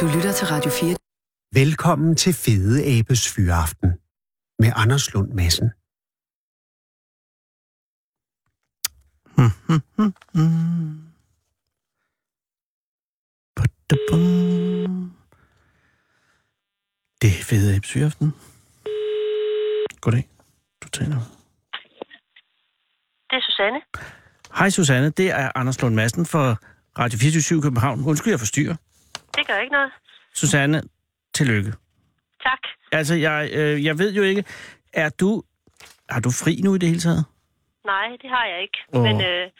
Du lytter til Radio 4. Velkommen til Fede Abes Fyraften med Anders Lund Madsen. Mm. Badabum. Det er fede Epsyaften. Goddag. Du taler. Det er Susanne. Hej Susanne, det er Anders Lund Madsen for Radio 24 København. Undskyld, jeg forstyrrer. Det gør ikke noget. Susanne, tillykke. Tak. Altså, jeg, øh, jeg ved jo ikke, er du... Har du fri nu i det hele taget? Nej, det har jeg ikke. Åh. Oh. Men øh,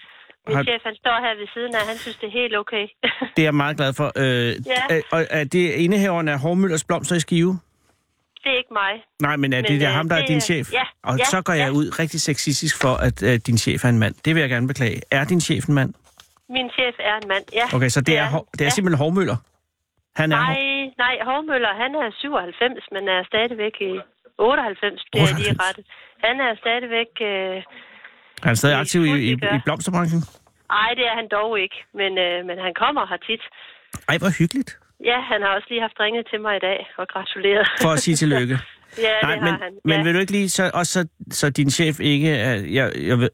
min Har- chef, han står her ved siden af, han synes, det er helt okay. Det er jeg meget glad for. Øh, Ja. er, og er det indehaveren af Hormøllers Blomster i Skive? det er ikke mig. Nej, men er Men, det der øh, ham, der er det din er- chef? ja, Og ja, så går jeg ja. ud rigtig sexistisk for, at øh, din chef er en mand. Det vil jeg gerne beklage. Er din chef en mand? Min chef er en mand, ja. Okay, så det, er, han. Hov- det er ja. simpelthen Hovmøller. Han er Nej, Hov- nej, Hovmøller, han er 97, men er stadigvæk i 98, det er lige 98. rettet. Han er stadigvæk... Øh, han er stadig det er aktiv i, i, fuldtidsgør. i blomsterbranchen. ej, det er han dog ikke, men, øh, men han kommer her tit. Ej, hvor hyggeligt. Ja, han har også lige haft ringet til mig i dag og gratuleret. For at sige tillykke. ja, Nej, det men, har han. men ja. vil du ikke lige, så, også så, så din chef ikke... er- Jeg, jeg vil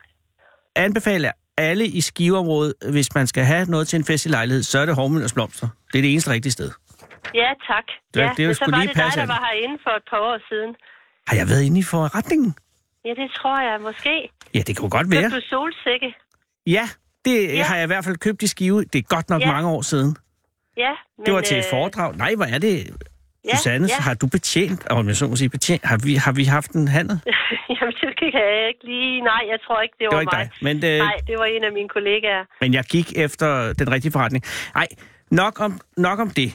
anbefale alle i skiveområdet, hvis man skal have noget til en fest i lejlighed, så er det Hovmøllers Blomster. Det er det eneste rigtige sted. Ja, tak. Det- ja, det er jo men så sgu var lige det dig, passe, der at- var herinde for et par år siden. Har jeg været inde i forretningen? Ja, det tror jeg måske. Ja, det kunne godt Så være. du solsikke. Ja, det ja. Ja. har jeg i hvert fald købt i Skive. Det er godt nok ja. Ja. mange år siden. Ja, men, Det var til et øh, foredrag. Nej, hvor er det... ja, Susanne, ja. har du betjent, om jeg så må sige betjent, har vi, har vi haft en handel? Jamen, det kan jeg ikke lige... Nej, jeg tror ikke, det var, Det var ikke mig. dig, men, øh, Nej, det var en af mine kollegaer. Men jeg gik efter den rigtige forretning. Nej, nok om, nok om det.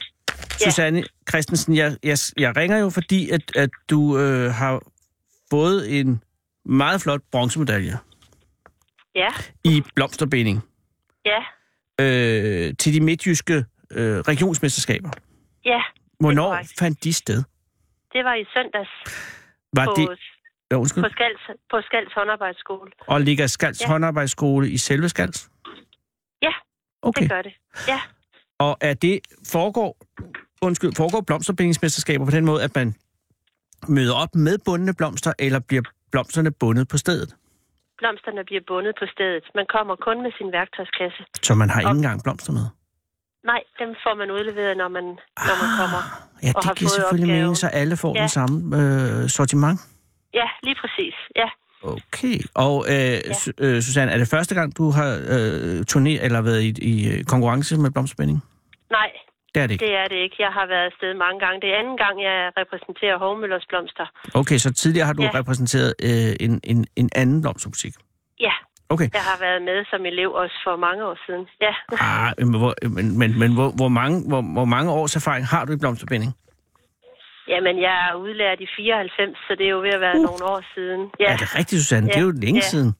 Ja. Susanne Christensen, jeg, jeg, jeg ringer jo, fordi at, at du øh, har fået en meget flot bronzemedalje Ja, i blomsterbinding ja, øh, til de midtjyske øh, regionsmesterskaber. ja. Hvornår korrekt. fandt de sted? Det var i søndags Var på, det... Ja, undskyld. på, Skals, på Skals håndarbejdsskole. Og ligger Skals ja. Ja. håndarbejdsskole i selve Skals? Ja, Okay. Okay. Det gør det. Ja, Og er det foregår, undskyld, foregår blomsterbindingsmesterskaber på den måde, at man møder op med bundne blomster, eller bliver blomsterne bundet på stedet? blomsterne bliver bundet på stedet. Man kommer kun med sin værktøjskasse. Så man har ikke Og- engang blomster med? Nej, dem får man udleveret, når man, når man Ah. kommer. Ja, og har det giver fået selvfølgelig opgaven. mening, så alle får ja. Ja. den samme øh, sortiment. Ja, lige præcis. Ja. Okay. Og øh, ja. øh, Susanne, er det første gang, du har øh, turné eller været i, i øh, konkurrence med blomsterbinding? Nej, Det er det ikke. det er det ikke. Jeg har været afsted mange gange. Det er anden gang, jeg repræsenterer Hovmøllers blomster. Okay, så tidligere har du ja. Ja. repræsenteret øh, en, en, en anden blomsterbutik. Ja, Okay. jeg har været med som elev også for mange år siden. Ja, Ah, men hvor, men, men, men hvor, hvor, mange, hvor, hvor mange års erfaring har du i blomsterbinding? jamen jeg er udlært i 94, så det er jo ved at være uh. nogle år siden. Ja. Ja. Er det rigtigt, Susanne? Ja. Ja. Det er jo længe ja. Ja. siden.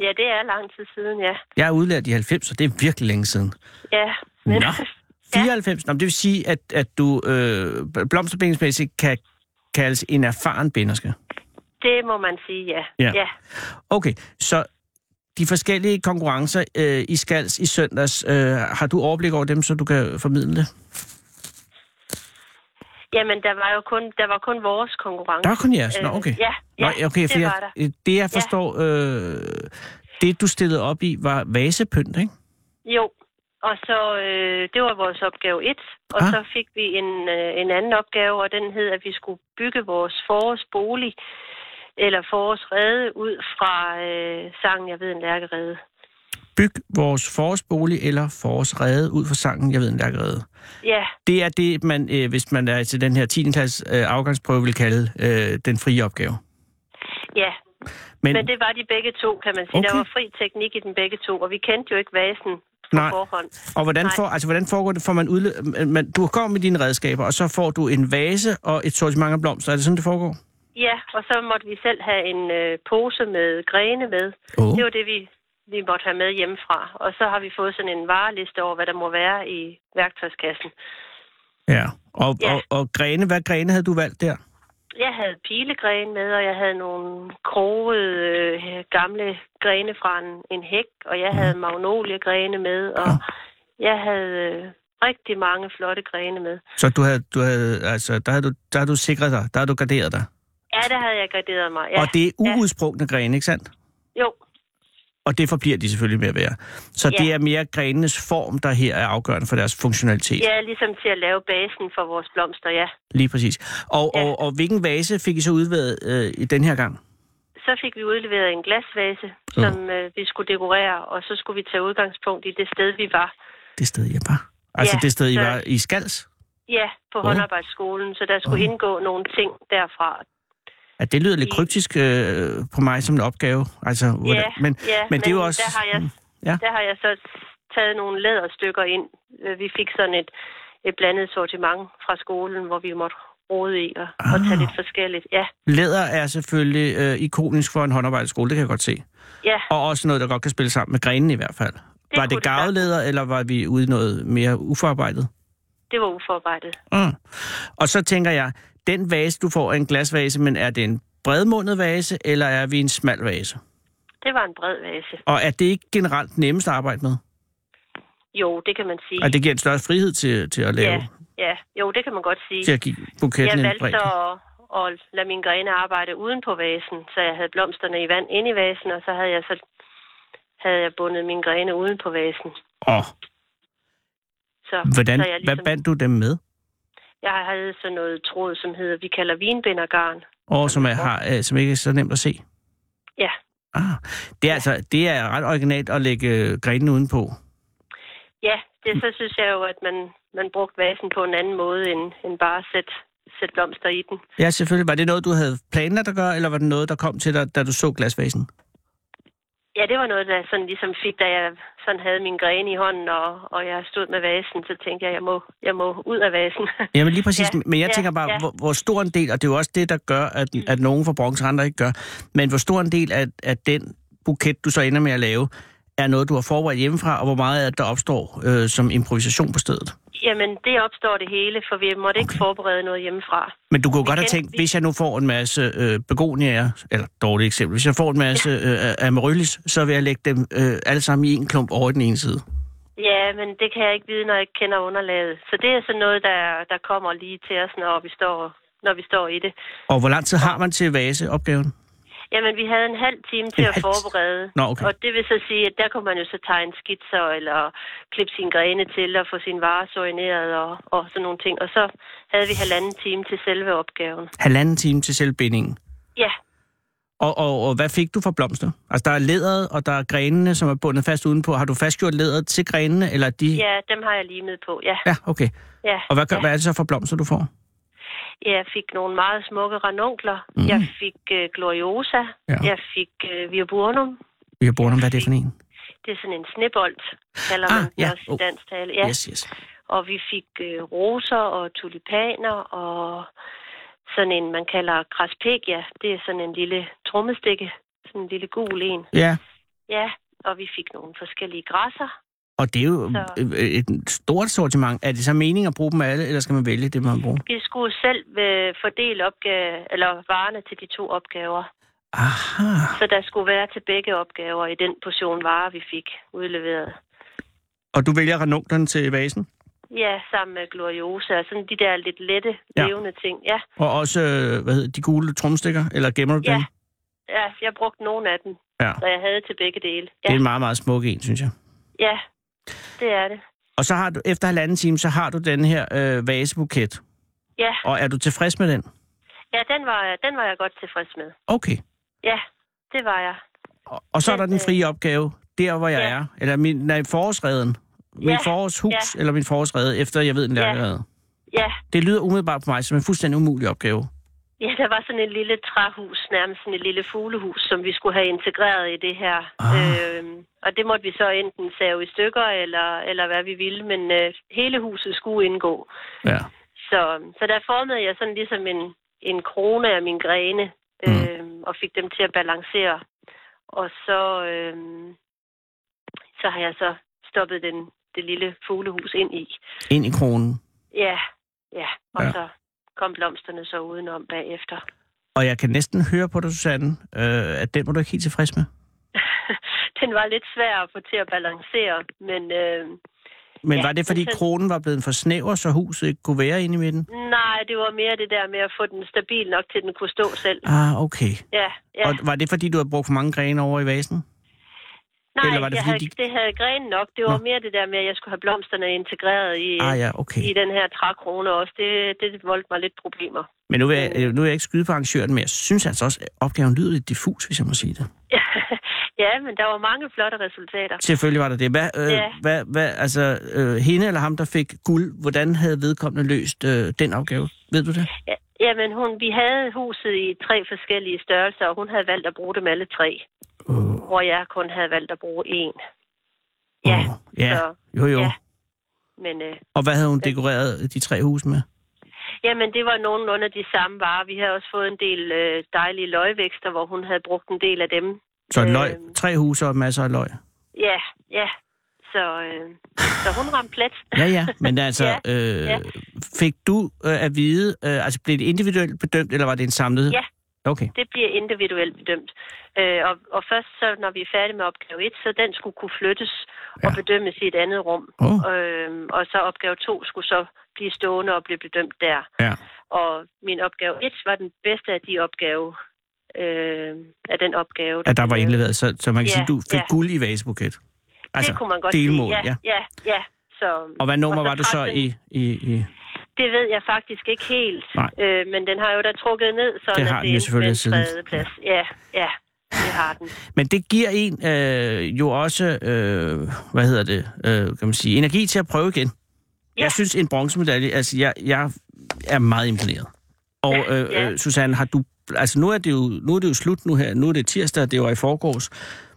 ja, det er lang tid siden, ja. Jeg er udlært i 90, så det er virkelig længe siden. Ja, Nå, men, 94. Nå, men det vil sige, at, at du øh, blomsterbindingsmæssigt kan kaldes en erfaren binderske. det må man sige, ja. Ja. ja. Okay, så de forskellige konkurrencer øh, i Skals i søndags, øh, har du overblik over dem, så du kan formidle det? Jamen, der var jo kun, der var kun vores konkurrence. Der er kun jeres. Nå, Øh, okay. Ja, ja Nå, okay, for det jeg, var der. det jeg forstår, øh, det du stillede op i, var vasepynt, ikke? Jo, og så, øh, det var vores opgave 1, og Ah. ah. så fik vi en, øh, en anden opgave, og den hed, at vi skulle bygge vores forårsbolig, eller forårsrede, ud fra øh, sangen Jeg ved en lærkerede. Byg vores forårsbolig eller forårsrede ud fra sangen, jeg ved en lærkerede. Ja, Det er det, man, øh, hvis man er til den her 10. klasse øh, afgangsprøve, vil kalde øh, den frie opgave. ja. Men, Men det var de begge to, kan man sige. Okay. Okay. Der var fri teknik i den begge to, og vi kendte jo ikke vasen på Nej. forhånd. og hvordan, nej. får, altså, hvordan foregår det? Får man udle- øh, man, du kommer med dine redskaber, og så får du en vase og et sortiment af blomster. Er det sådan, det foregår? Ja, og så måtte vi selv have en øh, pose med grene med. Åh. Det var det, vi, vi måtte have med hjemmefra. Og så har vi fået sådan en vareliste over, hvad der må være i værktøjskassen. Ja. Og, Ja. og, og grene, hvad grene havde du valgt der? Jeg havde pilegren med, og jeg havde nogle krogede øh, gamle Mm. Ah. grene fra en, en hæk, og jeg havde magnoliegrene med, og jeg havde øh, rigtig mange flotte grene med. Så du havde, du havde, altså, der, havde du, der havde du sikret dig, der havde du garderet dig. Ja, der havde jeg graderet mig. Ja. Ja. Og det er ja. uudsprungne grene, ikke sandt? Jo, Og det forbliver de selvfølgelig med at være. Så Ja. ja. det er mere grenenes form, der her er afgørende for deres funktionalitet. ja, ligesom til at lave basen for vores blomster, ja. Lige præcis. Og, Ja. ja. og, og hvilken vase fik I så udværet øh, i den her gang? Så fik vi udleveret en glasvase, Ja. som øh, vi skulle dekorere, og så skulle vi tage udgangspunkt i det sted, vi var. Det sted, jeg var. Altså Ja, ja, det sted, I så- var i Skals? Ja, på Åh. håndarbejdsskolen, så der skulle indgå nogle ting derfra. Ja, det lyder lidt I- kryptisk øh, på mig som en opgave. Altså, hvordan, Ja, men, ja, men det er jo også... Mm. der har jeg, Ja. der har jeg så taget nogle læderstykker ind. Øh, Vi fik sådan et, et blandet sortiment fra skolen, hvor vi måtte rode i og, ah. og tage Ah. lidt forskelligt. Ja, Læder er selvfølgelig øh, ikonisk for en håndarbejdsskole, det kan jeg godt se. ja. Og også noget, der godt kan spille sammen med grenen i hvert fald. Det var kunne det det sagtens. garvelæder, eller var vi ude i noget mere uforarbejdet? det var uforarbejdet. Mm. Og så tænker jeg, den vase, du får, er en glasvase, men er det en bredmundet vase, eller er vi en smal vase? Det var en bred vase. Og er det ikke generelt nemmest at arbejde med? Jo, det kan man sige. Og det giver en større frihed til, til at lave, Ja, ja. Jo, det kan man godt sige. til at give buketten jeg en valgte bredde? så at, at lade mine grene arbejde uden på vasen, så jeg havde blomsterne i vand inde i vasen, og så havde jeg så havde jeg bundet mine grene uden på vasen. Og Så, hvordan, så jeg, ligesom- hvad bandt du dem med? jeg havde sådan noget tråd, som hedder, vi kalder vinbindergarn. Og som, er, har, øh, som ikke er så nemt at se? Ja. Ah, det, er altså, det er ret originalt at lægge grenen udenpå. Ja, det så synes jeg jo, at man, man brugte vasen på en anden måde, end, end bare at sætte, sætte blomster i den. Ja, selvfølgelig. Var det noget, du havde planlagt at gøre, eller var det noget, der kom til dig, da du så glasvasen? Ja, det var noget, der sådan ligesom fik, da jeg sådan havde min grene i hånden, og, og jeg stod med vasen, så tænkte jeg, jeg må, jeg må ud af vasen. Jamen lige præcis, Ja, ja, men jeg ja, tænker bare, ja. Mm. ja. hvor, hvor stor en del, og det er jo også det, der gør, at, at nogen får bronze, og andre ikke gør, men hvor stor en del af, af den buket, du så ender med at lave, er noget, du har forberedt hjemmefra, og hvor meget af det, der opstår øh, som improvisation på stedet. Jamen, det opstår det hele, for vi måtte okay. ikke forberede noget hjemmefra. Men du kunne jo godt have kender- tænkt, vi- hvis jeg nu får en masse øh, begoniaer, eller dårligt eksempel, hvis jeg får en masse øh, amaryllis, så vil jeg lægge dem øh, alle sammen i en klump over i den ene side. Ja, men det kan jeg ikke vide, når jeg ikke kender underlaget. Så det er sådan noget, der, der kommer lige til os, når vi står, når vi står i det. Og hvor lang tid har man til vaseopgaven? Jamen, vi havde en halv time til En at halv- forberede. Nå, okay. Og det vil så sige, at der kunne man jo så tegne skitser, eller klippe sine grene til, og få sine varer sorineret, og, og sådan nogle ting. Og så havde vi halvanden time til selve opgaven. Halvanden time til selvbindingen. Ja, Og, og, og hvad fik du for blomster? Altså, der er læderet, og der er grenene, som er bundet fast udenpå. Har du fastgjort læderet til grenene, eller er de... ja dem har jeg lige med på. Ja, ja okay. ja. Og hvad, gør, ja. hvad er det så for blomster, du får? Jeg fik nogle meget smukke ranunkler. Mm. Jeg fik øh, gloriosa. Mhm. Ja. Jeg fik øh, virburnum. Vi har brugt om, hvad er det for en? Det er sådan en snebold, kalder Ah, man det ja. også i Oh. dansk tale. Ja. Yes, yes. Og vi fik øh, roser og tulipaner og sådan en, man kalder kraspegia. Det er sådan en lille trommestikke, sådan en lille gul en. Ja, Ja, og vi fik nogle forskellige græsser. og det er jo Så- øh, et stort sortiment. Er det så meningen at bruge dem alle, eller skal man vælge det, man bruger? Vi skulle selv øh, fordele opgave, eller varerne til de to opgaver. Aha. Så der skulle være til begge opgaver i den portion varer, vi fik udleveret. Og du vælger ranunklerne til vasen? Ja, sammen med gloriosa og sådan de der lidt lette, Ja. levende ting. Ja, Og også, øh, hvad hedder de gule tromstikker? Eller gemmer du Ja, dem? ja jeg brugte nogle af dem, Ja. så jeg havde til begge dele. Det er Ja, en meget, meget smuk en, synes jeg. ja det er det. Og så har du, efter halvanden time, så har du den her øh, vasebuket. Ja. Og er du tilfreds med den? Ja, den var, den var jeg godt tilfreds med. Okay. Ja, det var jeg. Og, og så er der Men, den øh, frie opgave, der hvor jeg ja. er, eller min, nej, forårsreden, min Ja, forårshus, ja. eller min forårsrede, efter jeg ved en Ja. lærerrede. Ja, Det lyder umiddelbart for mig som en fuldstændig umulig opgave. ja der var sådan et lille træhus, nærmest sådan et lille fuglehus, som vi skulle have integreret i det her. Ah. Øhm, og det måtte vi så enten save i stykker, eller, eller hvad vi ville, men øh, hele huset skulle indgå. Ja. Så, så der formede jeg sådan ligesom en, en krone af mine grene, Mm. øh, og fik dem til at balancere. Og så, øh, så har jeg så stoppet den, det lille fuglehus ind i. Ind i kronen. Ja, ja. Og ja. Ja. så kom blomsterne så udenom bagefter. Og jeg kan næsten høre på dig, Susanne, øh, at den var du ikke helt tilfreds med. Den var lidt svær at få til at balancere, men øh, Men Ja, var det, fordi men så- kronen var blevet for snæver, så huset ikke kunne være inde i midten? Nej, det var mere det der med at få den stabil nok, til den kunne stå selv. Ah, okay. Ja, ja. Ja. Og var det, fordi du havde brugt for mange grene over i vasen? Nej, eller var det, jeg fordi havde, de- det havde grene nok. Det var Nå. mere det der med, at jeg skulle have blomsterne integreret i, Ah ja, i okay. den her trækrone også. Det, det voldte mig lidt problemer. Men nu vil, jeg, øh, nu vil jeg ikke skyde på arrangøren, men jeg synes altså også, at opgaven lyder lidt diffus, hvis jeg må sige det. ja, men der var mange flotte resultater. Selvfølgelig var der det. Hvad, øh, Ja. hvad, hvad altså, øh, hende eller ham, der fik guld, hvordan havde vedkommende løst øh, den opgave? Ved du det? Ja, jamen, hun, vi havde huset i tre forskellige størrelser, og hun havde valgt at bruge dem alle tre, Uh, hvor jeg kun havde valgt at bruge én. Ja, ja. så- Jo, jo. ja. men øh, Og hvad havde hun dekoreret de tre huse med? jamen, det var nogenlunde de samme varer. Vi havde også fået en del øh, dejlige løgvækster, hvor hun havde brugt en del af dem. Så Øh. løg, tre huse og masser af løg. Ja, ja. Så, øh, så hun ramte plet. Ja, ja, men altså, Ja, øh, ja. fik du øh, at vide, øh, altså blev det individuelt bedømt, eller var det en samlet? Ja. Okay, Det bliver individuelt bedømt. Øh, og, og først så, når vi er færdige med opgave 1, så den skulle kunne flyttes ja. og Ja. bedømmes i et andet rum. Åh. Øh, og så opgave 2 skulle så blive stående og blive bedømt der. ja. Og min opgave 1 var den bedste af de opgave, øh, af den opgave, At der blev var lavet. indleveret, så, så man kan Ja, sige, du fik ja. guld i vasebuket. det kunne man godt Altså, delmål, sige. Ja, ja. ja, ja. Så, Og hvad nummer så var du så trak den- i? i, i Det ved jeg faktisk ikke helt. Nej. Øh, men den har jo da trukket ned, så Det har den jo selvfølgelig siden. plads. Ja, ja, det har den. Men det giver en øh, jo også, øh, hvad hedder det, øh, kan man sige, energi til at prøve igen. Ja. Jeg synes, en bronzemedalje, altså jeg, jeg er meget imponeret. Og øh, ja. øh, Susanne, har du, altså nu er, det jo, nu er det jo slut nu her, nu er det tirsdag, det var i forgårs,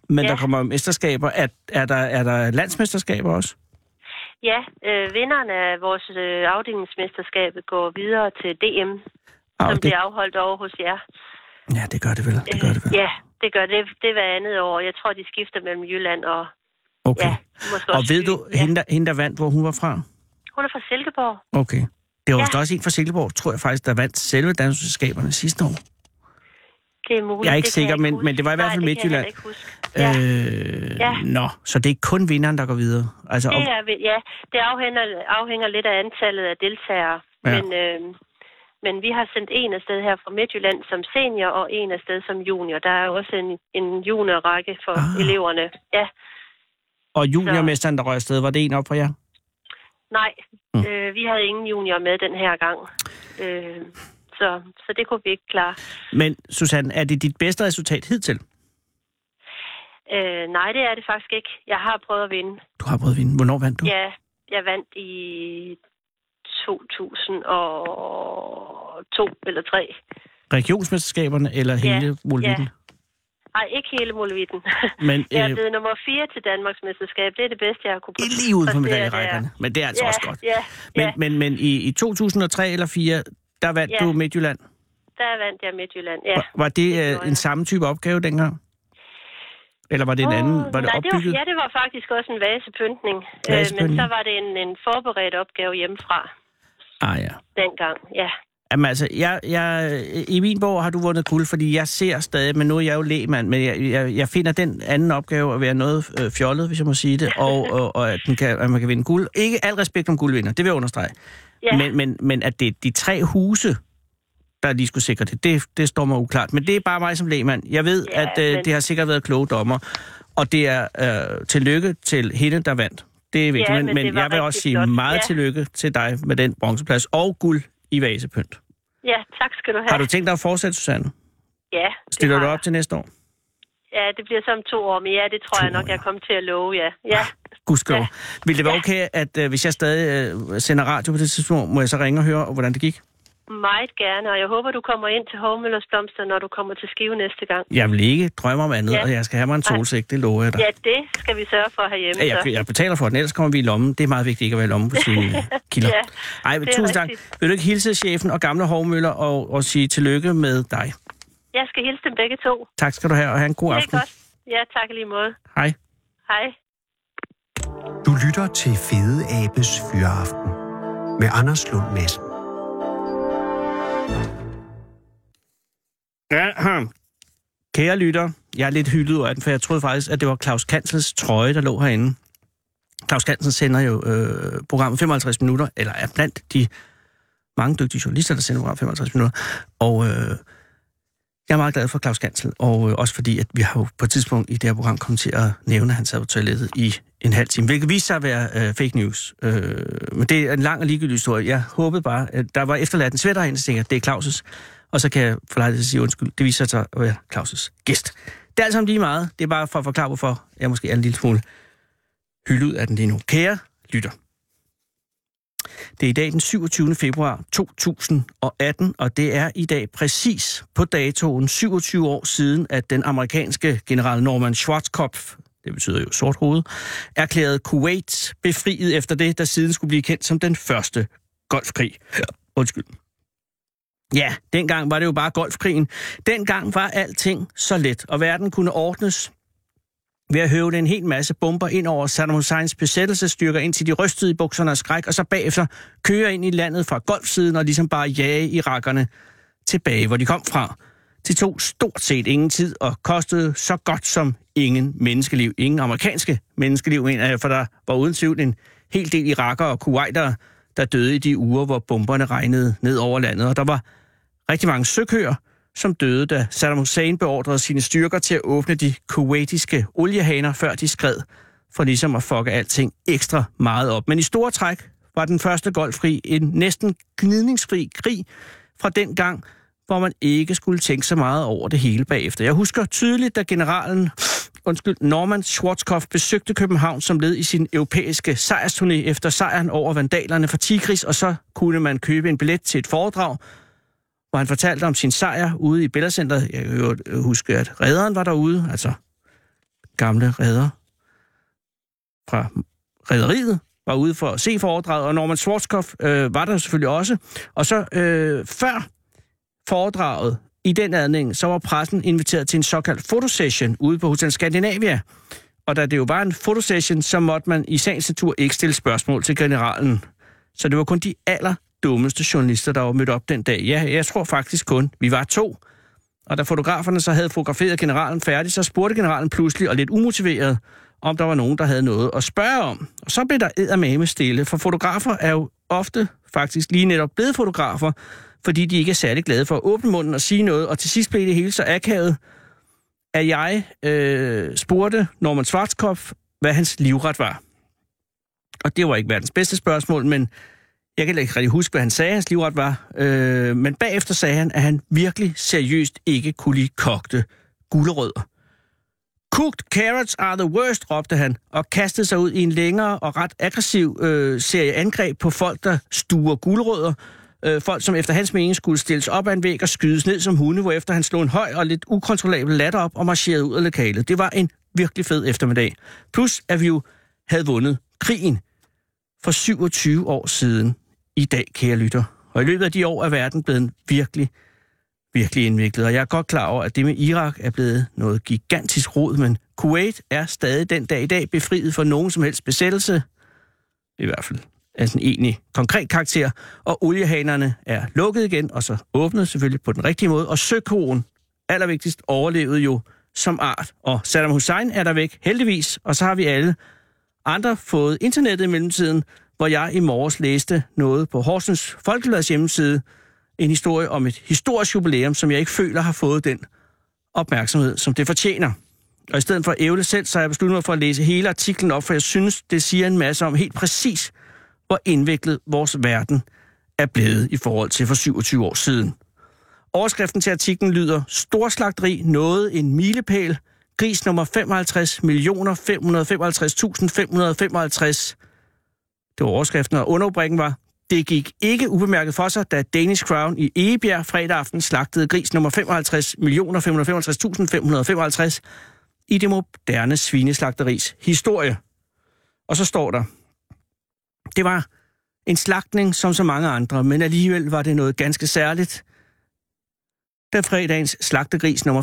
men Ja. der kommer mesterskaber. Er, er, der, er der landsmesterskaber også? Ja, øh, vinderen af vores øh, afdelingsmesterskabet går videre til DM, Ah, som det, bliver afholdt over hos jer. ja, det gør det vel, det gør det vel. Ja, det gør det, det hver andet år. Jeg tror, de skifter mellem Jylland og... Okay. Ja, måske Og også ved Fyn. du, Ja. hende der, hende der vandt, hvor hun var fra? Hun er fra Silkeborg. Okay. Det var Ja. ja. også en fra Silkeborg, tror jeg faktisk, der vandt selve dansmesterskaberne sidste år. Det er muligt. Jeg er ikke det kan sikker, men- huske. men det var i hvert fald Nej, Midtjylland. Det kan jeg heller ikke huske. Øh, Ja. Ja. Nå, så det er kun vinderen, der går videre. Altså, Det og, er, vel- ja, det afhænger, afhænger lidt af antallet af deltagere. Ja. Ja. Men, øh, men vi har sendt en afsted her fra Midtjylland som senior, og en afsted som junior. Der er jo også en, en juniorrække for Ah. ah. eleverne. Ja, og juniormesteren, der røg afsted, var det en op for jer? nej, Mm. øh, vi havde ingen junior med den her gang. Øh, så, så det kunne vi ikke klare. Men Susanne, er det dit bedste resultat hidtil? Øh, nej, det er det faktisk ikke. Jeg har prøvet at vinde. Du har prøvet at vinde. Hvornår vandt du? Ja, jeg vandt i 2002 eller 3. Regionsmesterskaberne eller Ja, hele Molevitten? Nej, ikke hele Molevitten. Men Jeg er øh, blevet nummer 4 til Danmarks mesterskab. Det er det bedste, jeg har kunne det er lige ude på præstere medaljerækkerne. Men det er der. altså Ja, også godt. ja, Men, ja. men, men i, i 2003 eller 4 der vandt Ja. du Midtjylland. Der vandt jeg Midtjylland, ja. Var, var det det gjorde øh, en jeg. samme type opgave dengang? Eller var det en Åh, anden? Var det nej, opbygget? Det var, ja, det var faktisk også en vasepyntning. Øh, men Vasepyntning. så var det en, en forberedt opgave hjemmefra Ah, ja. dengang, ja. Jamen altså, jeg, jeg, i min bog har du vundet guld, fordi jeg ser stadig, men nu er jeg jo lægmand, men jeg, jeg, jeg finder den anden opgave at være noget øh, fjollet, hvis jeg må sige det, og, og, og at, den kan, at man kan vinde guld. Ikke al respekt om guldvinder, det vil jeg understrege. Ja, Men, men, men at det er de tre huse, der lige skulle sikre det, det, det står mig uklart. Men det er bare mig som lægmand. Jeg ved, Ja, at øh, men- det har sikkert været kloge dommer, og det er øh, tillykke til hende, der vandt. Det er vigtigt, Ja, men, men men, det var jeg vil også rigtig sige flot. meget Ja. tillykke til dig med den bronzeplads og guld i vasepynt. ja, tak skal du have. Har du tænkt dig at fortsætte, Susanne? Ja, Stiller det du har op til næste år? jeg. Ja, det bliver så om to år, men ja, det tror To jeg nok, år, jeg ja. kommer til at love, ja. Ja, Gudskelov. Ja. Ja. Vil det være Ja. okay, at øh, hvis jeg stadig øh, sender radio på det tidspunkt, må jeg så ringe og høre, hvordan det gik? meget gerne, og jeg håber, du kommer ind til Hovmøllers Blomster, når du kommer til Skive næste gang. Jeg vil ikke drømme om andet, ja. Ja. og jeg skal have mig en Nej. solsæk, det lover jeg dig. Ja, det skal vi sørge for herhjemme, Ja, så. jeg, jeg betaler for den, ellers kommer vi i lommen. Det er meget vigtigt ikke at være i lommen på sine øh, kilder. Ja, Ej, men det er tusind tak. rigtigt. Vil du ikke hilse chefen og gamle hovmøller og, og sige tillykke med dig? Jeg skal hilse dem begge to. Tak skal du have, og have en god Det er aften. godt. Ja, tak i lige måde. Hej. Hej. Du lytter til Fede Abes Fyraften med Anders Lund Madsen. Ahem. Kære lytter, jeg er lidt hyldet over den, for jeg troede faktisk, at det var Claus Kansels trøje, der lå herinde. Claus Hansen sender jo øh, programmet 55 minutter, eller er blandt de mange dygtige journalister, der sender programmet 55 minutter. Og øh, jeg er meget glad for Claus Gansel, og øh, også fordi, at vi har jo på et tidspunkt i det her program kommet til at nævne, at han sad på toilettet i en halv time, hvilket viste sig at være øh, fake news. Øh, men det er en lang og ligegyldig historie. Jeg håbede bare, at der var efterladt en svætter herinde, så tænker jeg, det er Claus' og så kan jeg få lejlighed til at sige undskyld. Det viser sig at være Claus' gæst. Det er alt sammen lige meget. Det er bare for at forklare, hvorfor jeg måske er en lille smule hyldet ud af den lige nu. Kære lytter. Det er i dag den 27. februar 2018, og det er i dag præcis på datoen 27 år siden, at den amerikanske general Norman Schwarzkopf, det betyder jo sort hoved, erklærede Kuwait befriet efter det, der siden skulle blive kendt som den første golfkrig. Undskyld. Ja, dengang var det jo bare golfkrigen. Dengang var alting så let, og verden kunne ordnes ved at høvle en hel masse bomber ind over Saddam Husseins besættelsesstyrker, indtil de rystede i bukserne af skræk, og så bagefter køre ind i landet fra golfsiden og ligesom bare jage irakerne tilbage, hvor de kom fra. Det tog stort set ingen tid og kostede så godt som ingen menneskeliv. Ingen amerikanske menneskeliv, mener jeg, for der var uden tvivl en hel del irakere og kuwaitere, der døde i de uger, hvor bomberne regnede ned over landet. Og der var rigtig mange søkøer, som døde, da Saddam Hussein beordrede sine styrker til at åbne de kuwaitiske oliehaner, før de skred, for ligesom at fucke alting ekstra meget op. Men i store træk var den første golfkrig en næsten gnidningsfri krig fra den gang, hvor man ikke skulle tænke så meget over det hele bagefter. Jeg husker tydeligt, da generalen undskyld, Norman Schwarzkopf besøgte København som led i sin europæiske sejrsturné efter sejren over vandalerne fra Tigris, og så kunne man købe en billet til et foredrag, hvor han fortalte om sin sejr ude i Bellacenteret. Jeg kan jo huske, at redderen var derude, altså gamle redder fra redderiet, var ude for at se foredraget, og Norman Schwarzkopf øh, var der selvfølgelig også. Og så øh, før foredraget, i den anledning, så var pressen inviteret til en såkaldt fotosession ude på Hotel Skandinavia. Og da det jo var en fotosession, så måtte man i sagens natur ikke stille spørgsmål til generalen. Så det var kun de aller dummeste journalister, der var mødt op den dag. Ja, jeg tror faktisk kun, vi var to. Og da fotograferne så havde fotograferet generalen færdig, så spurgte generalen pludselig og lidt umotiveret, om der var nogen, der havde noget at spørge om. Og så blev der eddermame stille, for fotografer er jo ofte faktisk lige netop blevet fotografer, fordi de ikke er særlig glade for at åbne munden og sige noget, og til sidst blev det hele så akavet, at jeg øh, spurgte Norman Schwarzkopf, hvad hans livret var. Og det var ikke verdens bedste spørgsmål, men jeg kan heller ikke rigtig huske, hvad han sagde, hans livret var. Øh, men bagefter sagde han, at han virkelig seriøst ikke kunne lide kogte gulerødder. Cooked carrots are the worst, råbte han, og kastede sig ud i en længere og ret aggressiv øh, serie angreb på folk, der stuer gulerødder. Øh, folk, som efter hans mening skulle stilles op ad en væg og skydes ned som hunde, hvorefter han slog en høj og lidt ukontrollabel latter op og marcherede ud af lokalet. Det var en virkelig fed eftermiddag. Plus, at vi jo havde vundet krigen for 27 år siden i dag, kære lytter. Og i løbet af de år er verden blevet virkelig, virkelig indviklet. Og jeg er godt klar over, at det med Irak er blevet noget gigantisk rod, men Kuwait er stadig den dag i dag befriet for nogen som helst besættelse. I hvert fald af sådan egentlig konkret karakter. Og oliehanerne er lukket igen, og så åbnet selvfølgelig på den rigtige måde. Og søkoen, allervigtigst, overlevede jo som art. Og Saddam Hussein er der væk, heldigvis. Og så har vi alle andre fået internettet i mellemtiden, hvor jeg i morges læste noget på Horsens Folkeblads hjemmeside, en historie om et historisk jubilæum, som jeg ikke føler har fået den opmærksomhed, som det fortjener. Og i stedet for at ævle selv, så har jeg besluttet mig for at læse hele artiklen op, for jeg synes, det siger en masse om helt præcis, hvor indviklet vores verden er blevet i forhold til for 27 år siden. Overskriften til artiklen lyder, Storslagteri nåede en milepæl, gris nummer 55 millioner 555.555. Det var overskriften, og underrubrikken var, det gik ikke ubemærket for sig, da Danish Crown i Egebjerg fredag aften slagtede gris nummer 55 millioner 555.555 i det moderne svineslagteris historie. Og så står der, det var en slagtning som så mange andre, men alligevel var det noget ganske særligt, da fredagens slagtegris nummer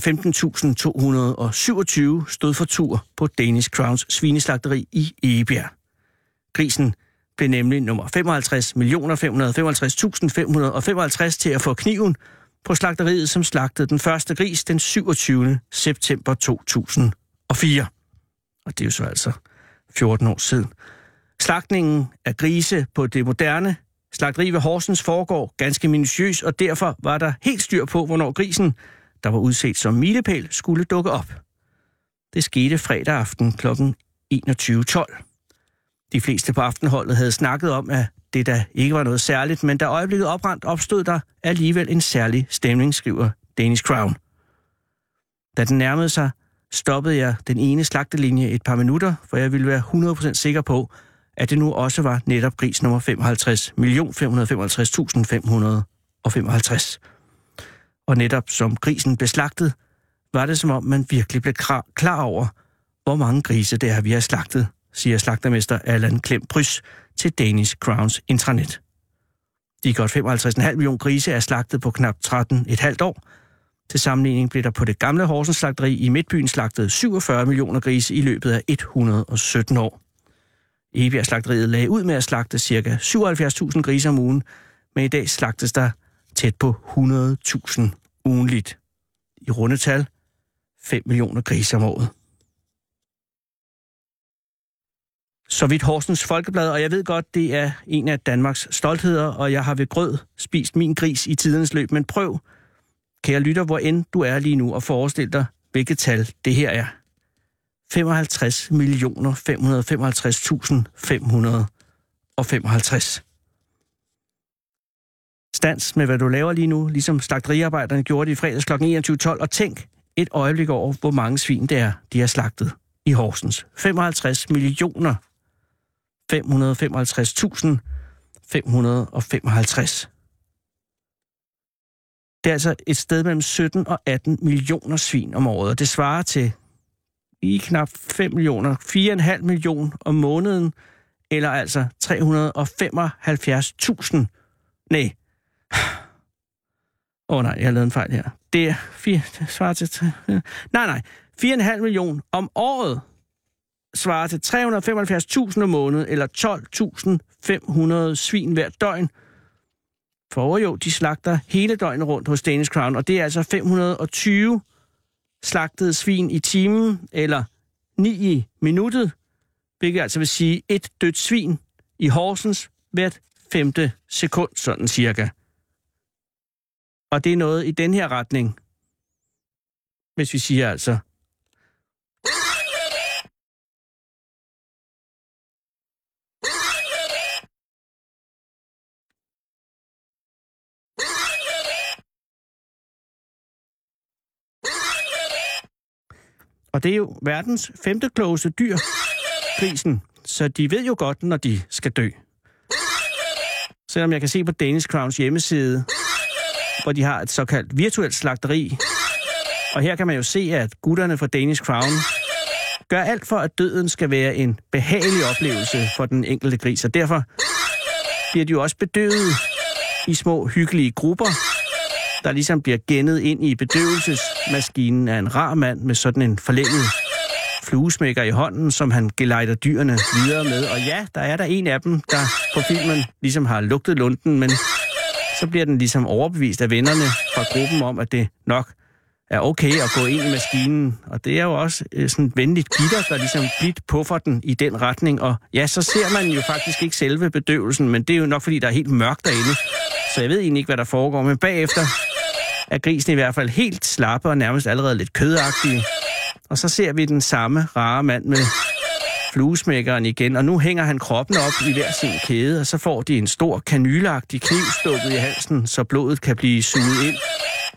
15.227 stod for tur på Danish Crowns svineslagteri i Egebjerg. Grisen blev nemlig nummer 55.555.555 til at få kniven på slagteriet, som slagtede den første gris den 27. september 2004. Og det er jo så altså 14 år siden. Slagtningen af grise på det moderne slagteri ved Horsens foregår ganske minutiøs, og derfor var der helt styr på, hvornår grisen, der var udset som milepæl, skulle dukke op. Det skete fredag aften kl. 21.12. De fleste på aftenholdet havde snakket om, at det der ikke var noget særligt, men da øjeblikket oprandt, opstod der alligevel en særlig stemning, skriver Danish Crown. Da den nærmede sig, stoppede jeg den ene slagtelinje et par minutter, for jeg ville være 100% sikker på, at det nu også var netop gris nummer 55 555.555. Og netop som grisen blev slagtet, var det som om man virkelig blev kra- klar over, hvor mange grise det er, vi har slagtet, siger slagtermester Allan Klem Prys til Danish Crowns intranet. De godt 55,5 millioner grise er slagtet på knap 13,5 år. Til sammenligning blev der på det gamle Horsens slagteri i Midtbyen slagtet 47 millioner grise i løbet af 117 år. Egebjerg slagteriet lagde ud med at slagte ca. 77.000 grise om ugen, men i dag slagtes der tæt på 100.000 ugenligt. I rundetal 5 millioner grise om året. Så vidt Horsens Folkeblad, og jeg ved godt, det er en af Danmarks stoltheder, og jeg har ved grød spist min gris i tidens løb, men prøv, kære lytter, hvor end du er lige nu, og forestil dig, hvilket tal det her er. 55.555.555. Stans med, hvad du laver lige nu, ligesom slagteriarbejderne gjorde det i fredags kl. 21.12, og tænk et øjeblik over, hvor mange svin det er, de har slagtet i Horsens. 55 millioner 555.555. Det er altså et sted mellem 17 og 18 millioner svin om året, og det svarer til i knap 5 millioner, 4,5 millioner om måneden, eller altså 375.000. Nej. Åh oh, nej, jeg har lavet en fejl her. Det er 4, det svarer til... tre- Nej, nej. 4,5 millioner om året svarer til 375.000 om måneden, eller 12.500 svin hver døgn. For jo, de slagter hele døgnet rundt hos Danish Crown, og det er altså 520 slagtede svin i timen, eller 9 i minuttet, hvilket altså vil sige et dødt svin i Horsens hvert femte sekund, sådan cirka. Og det er noget i den her retning, hvis vi siger altså. Og det er jo verdens femte klogeste dyr, grisen. Så de ved jo godt, når de skal dø. Selvom jeg kan se på Danish Crowns hjemmeside, hvor de har et såkaldt virtuelt slagteri. Og her kan man jo se, at gutterne fra Danish Crown gør alt for, at døden skal være en behagelig oplevelse for den enkelte gris, og derfor bliver de jo også bedøvet i små hyggelige grupper, der ligesom bliver gennet ind i bedøvelsesmaskinen af en rar mand med sådan en forlænget fluesmækker i hånden, som han gelejder dyrene videre med. Og ja, der er der en af dem, der på filmen ligesom har lugtet lunden, men så bliver den ligesom overbevist af vennerne fra gruppen om, at det nok er okay at gå ind i maskinen. Og det er jo også øh, sådan et venligt gitter, der ligesom blidt puffer den i den retning. Og ja, så ser man jo faktisk ikke selve bedøvelsen, men det er jo nok, fordi der er helt mørkt derinde. Så jeg ved egentlig ikke, hvad der foregår, men bagefter er grisen i hvert fald helt slappe og nærmest allerede lidt kødagtige. Og så ser vi den samme rare mand med fluesmækkeren igen, og nu hænger han kroppen op i hver sin kæde, og så får de en stor kanyleagtig kniv stukket i halsen, så blodet kan blive suget ind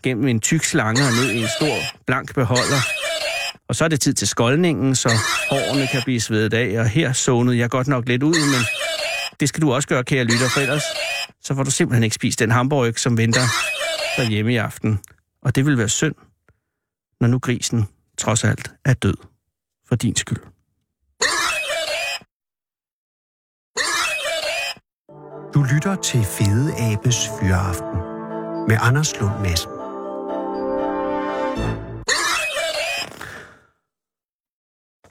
gennem en tyk slange og ned i en stor blank beholder. Og så er det tid til skoldningen, så hårene kan blive svedet af, og her zonede jeg godt nok lidt ud, men det skal du også gøre, kære lytter, for ellers så får du simpelthen ikke spist den hamburg, som venter derhjemme i aften. Og det vil være synd, når nu grisen trods alt er død for din skyld. Du lytter til Fede Abes Fyraften med Anders Lund Madsen.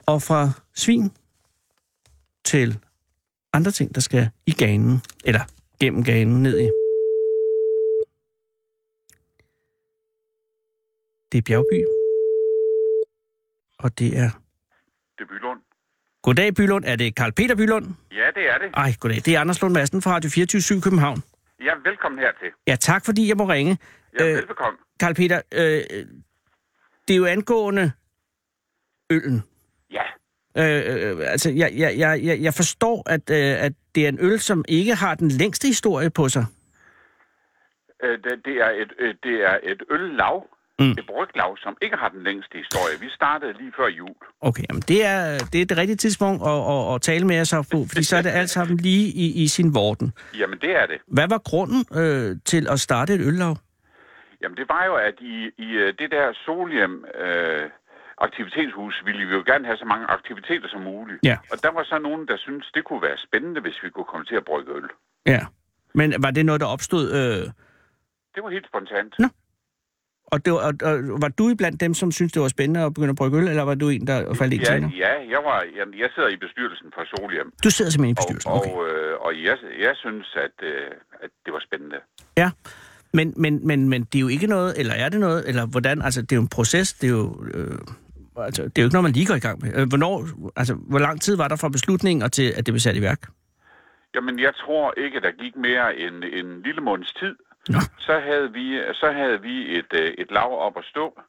Og fra svin til andre ting, der skal i ganen, eller gennem ganen ned i. Det er Bjergby. Og det er Det er Bylund. Goddag, Bylund. Er det Karl Peter Bylund? Ja, det er det. Ej, goddag. Det er Anders Lund Madsen fra Radio 24 København. Ja, velkommen hertil. Ja, tak fordi jeg må ringe. Ja, Øh. øh... velbekomme. Karl Peter, øh, det er jo angående øllen. Ja, Øh, øh, altså, jeg, jeg, jeg, jeg- jeg forstår, at, øh, at det er en øl, som ikke har den længste historie på sig. øh, det, det, er et, øh, det er et øllav, Mm. mm. et bryglav, som ikke har den længste historie. Vi startede lige før jul. Okay, jamen det er det, er det rigtige tidspunkt at, at, at tale med jer så på, fordi så er det alt sammen lige i, i sin vorden. Jamen, det er det. Hvad var grunden øh, til at starte et øllav? Jamen, det var jo, at i, i øh, det der Solium øh, aktivitetshus ville vi jo gerne have så mange aktiviteter som muligt. Ja. Og der var så nogen, der syntes, det kunne være spændende, hvis vi kunne komme til at brygge øl. Ja. Men var det noget, der opstod? Øh, Det var helt spontant. Nå. og, det var, og, og var du blandt dem, som syntes, det var spændende at begynde at brygge øl, eller var du en, der faldt i Ja, ja. ja jeg, var, jeg, jeg sidder i bestyrelsen for Solium, Du sidder simpelthen i og, bestyrelsen, okay. og, øh, og jeg, jeg synes, at, øh, at det var spændende. Ja, men, men, men, men det er jo ikke noget, eller er det noget, eller hvordan, altså det er jo en proces, det er jo, øh, altså, det er jo ikke noget, man lige går i gang med. Øh, Hvornår, altså hvor lang tid var der fra beslutningen og til, at det blev sat i værk? Jamen, jeg tror ikke, der gik mere end en lille måneds tid. Nå. Så havde vi, så havde vi et, øh, et lav op at stå.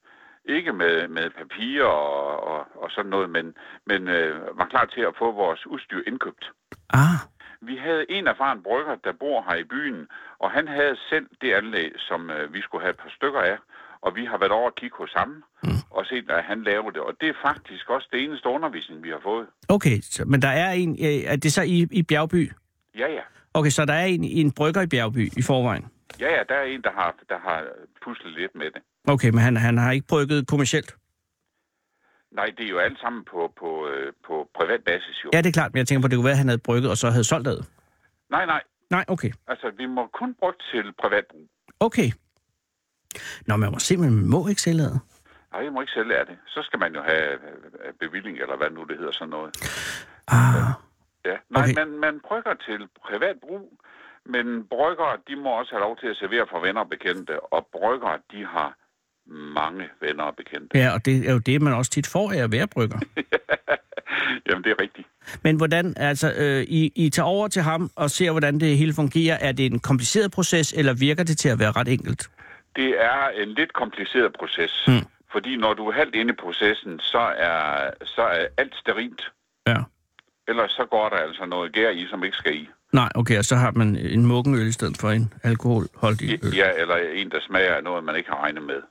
Ikke med, med papir og, og, og sådan noget, men, men øh, var klar til at få vores udstyr indkøbt. Ah, Vi havde en erfaren brygger, der bor her i byen, og han havde selv det anlæg, som øh, vi skulle have et par stykker af. Og vi har været over og kigge hos ham mm. og set, at han lavede det. Og det er faktisk også det eneste undervisning, vi har fået. okay, så, men der er en, øh, er det så i, i Bjergby? Ja, ja. Okay, så der er en, en brygger i Bjergby i forvejen. Ja, ja, der er en, der har, der har puslet lidt med det. Okay, men han, han har ikke brygget kommercielt? Nej, det er jo alt sammen på, på, øh, på privat basis jo. Ja, det er klart, men jeg tænker på, det kunne være, at han havde brygget og så havde solgt ad. Nej, nej. Nej, okay. Altså, vi må kun bruge til privat brug. Okay. Nå, man må simpelthen man må ikke sælge ad. Nej, jeg må ikke sælge af det. Så skal man jo have øh, bevilling, eller hvad nu det hedder, sådan noget. Ah, Ja. Nej, Okay. okay. man, man brygger til privat brug, men brygger, de må også have lov til at servere for venner og bekendte, og brygger, de har mange venner og bekendte. ja, og det er jo det, man også tit får af at være brygger. Jamen, det er rigtigt. Men hvordan, altså, øh, I, I tager over til ham og ser, hvordan det hele fungerer. Er det en kompliceret proces, eller virker det til at være ret enkelt? Det er en lidt kompliceret proces, Hmm. mm. fordi når du er halvt inde i processen, så er, så er alt sterilt. Ja. Ellers så går der altså noget gær i, som ikke skal i. Nej, okay, og så har man en muggenøl i stedet for en alkoholholdig øl. Ja, eller en, der smager af noget, man ikke har regnet med.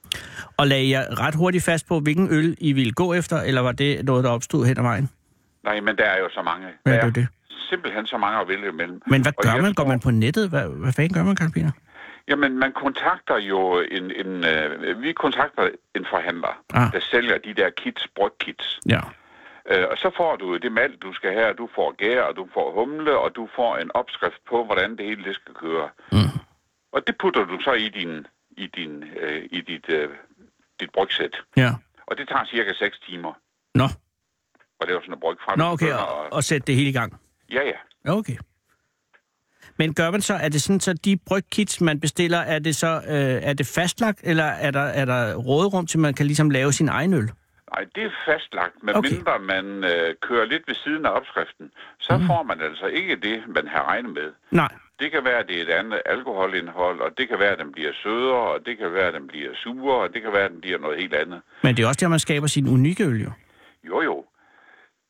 Og lagde jeg ret hurtigt fast på, hvilken øl I ville gå efter, eller var det noget, der opstod hen ad vejen? Nej, men der er jo så mange. Ja, Der det er det. simpelthen så mange at vælge imellem. Men hvad Og gør jeg man? Går tror- man på nettet? Hvad, hvad fanden gør man, Karl Peter? Jamen, man kontakter jo en... en øh, vi kontakter en forhandler, Ah. ah. der sælger de der kits, brygkits. Ja. Øh, og så får du jo det malt, du skal have, og du får gær, og du får humle, og du får en opskrift på, hvordan det hele det skal køre. Mm. Og det putter du så i din i din øh, i dit øh, dit brygsæt. Ja. Og det tager cirka 6 timer Nå, at lave sådan en bryg frem. Nå okay, og, og, og sætte det hele i gang. Ja, ja. Ja, Okay. Men gør man så, er det sådan, så de brygkits, man bestiller, er det så øh, er det fastlagt, eller er der, er der råderum til, man kan ligesom lave sin egen øl? Nej, det er fastlagt, men Okay. okay. mindre man øh, kører lidt ved siden af opskriften, så mm. får man altså ikke det, man har regnet med. Nej. Det kan være, at det er et andet alkoholindhold, og det kan være, at den bliver sødere, og det kan være, at den bliver surere, og det kan være, at den bliver noget helt andet. Men det er også der, man skaber sin unikke øl, jo. Jo, jo.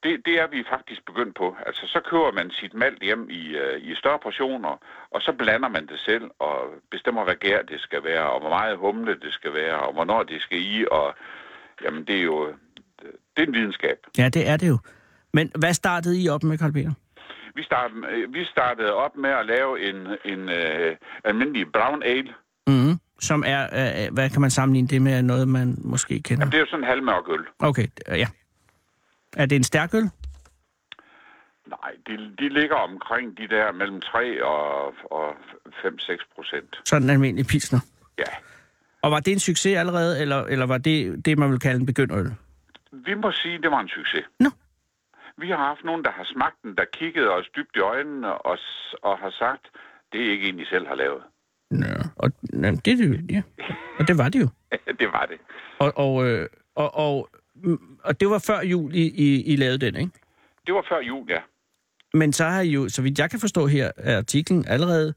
Det, det er vi faktisk begyndt på. Altså, så køber man sit malt hjem i, øh, i større portioner, og så blander man det selv og bestemmer, hvad gær det skal være, og hvor meget humle det skal være, og hvornår det skal i, og jamen, det er jo det er en videnskab. Ja, det er det jo. Men hvad startede I op med, Carl Peter? Vi startede, øh, vi startede op med at lave en, en øh, almindelig brown ale. Mm-hmm. Som er, øh, øh, hvad kan man sammenligne det med, noget man måske kender? Jamen, det er jo sådan en halvmørk øl. Okay, øh, ja. Er det en stærk øl? Nej, de, de ligger omkring de der mellem 3 og, og 5-6 procent. Sådan en almindelig pilsner. Ja. Og var det en succes allerede, eller, eller var det det, man vil kalde en begynderøl? Vi må sige, det var en succes. Nå. Vi har haft nogen, der har smagt den, der kiggede os dybt i øjnene og, s- og har sagt, det er ikke en, I selv har lavet. Nå. Og, nå, det er det jo, ja. Og det var det jo. det var det. Og, og, øh, og, og, mm, og det var før jul, I, I, I lavede den, ikke? det var før jul, ja. Men så har I jo, så vidt jeg kan forstå her af artiklen, allerede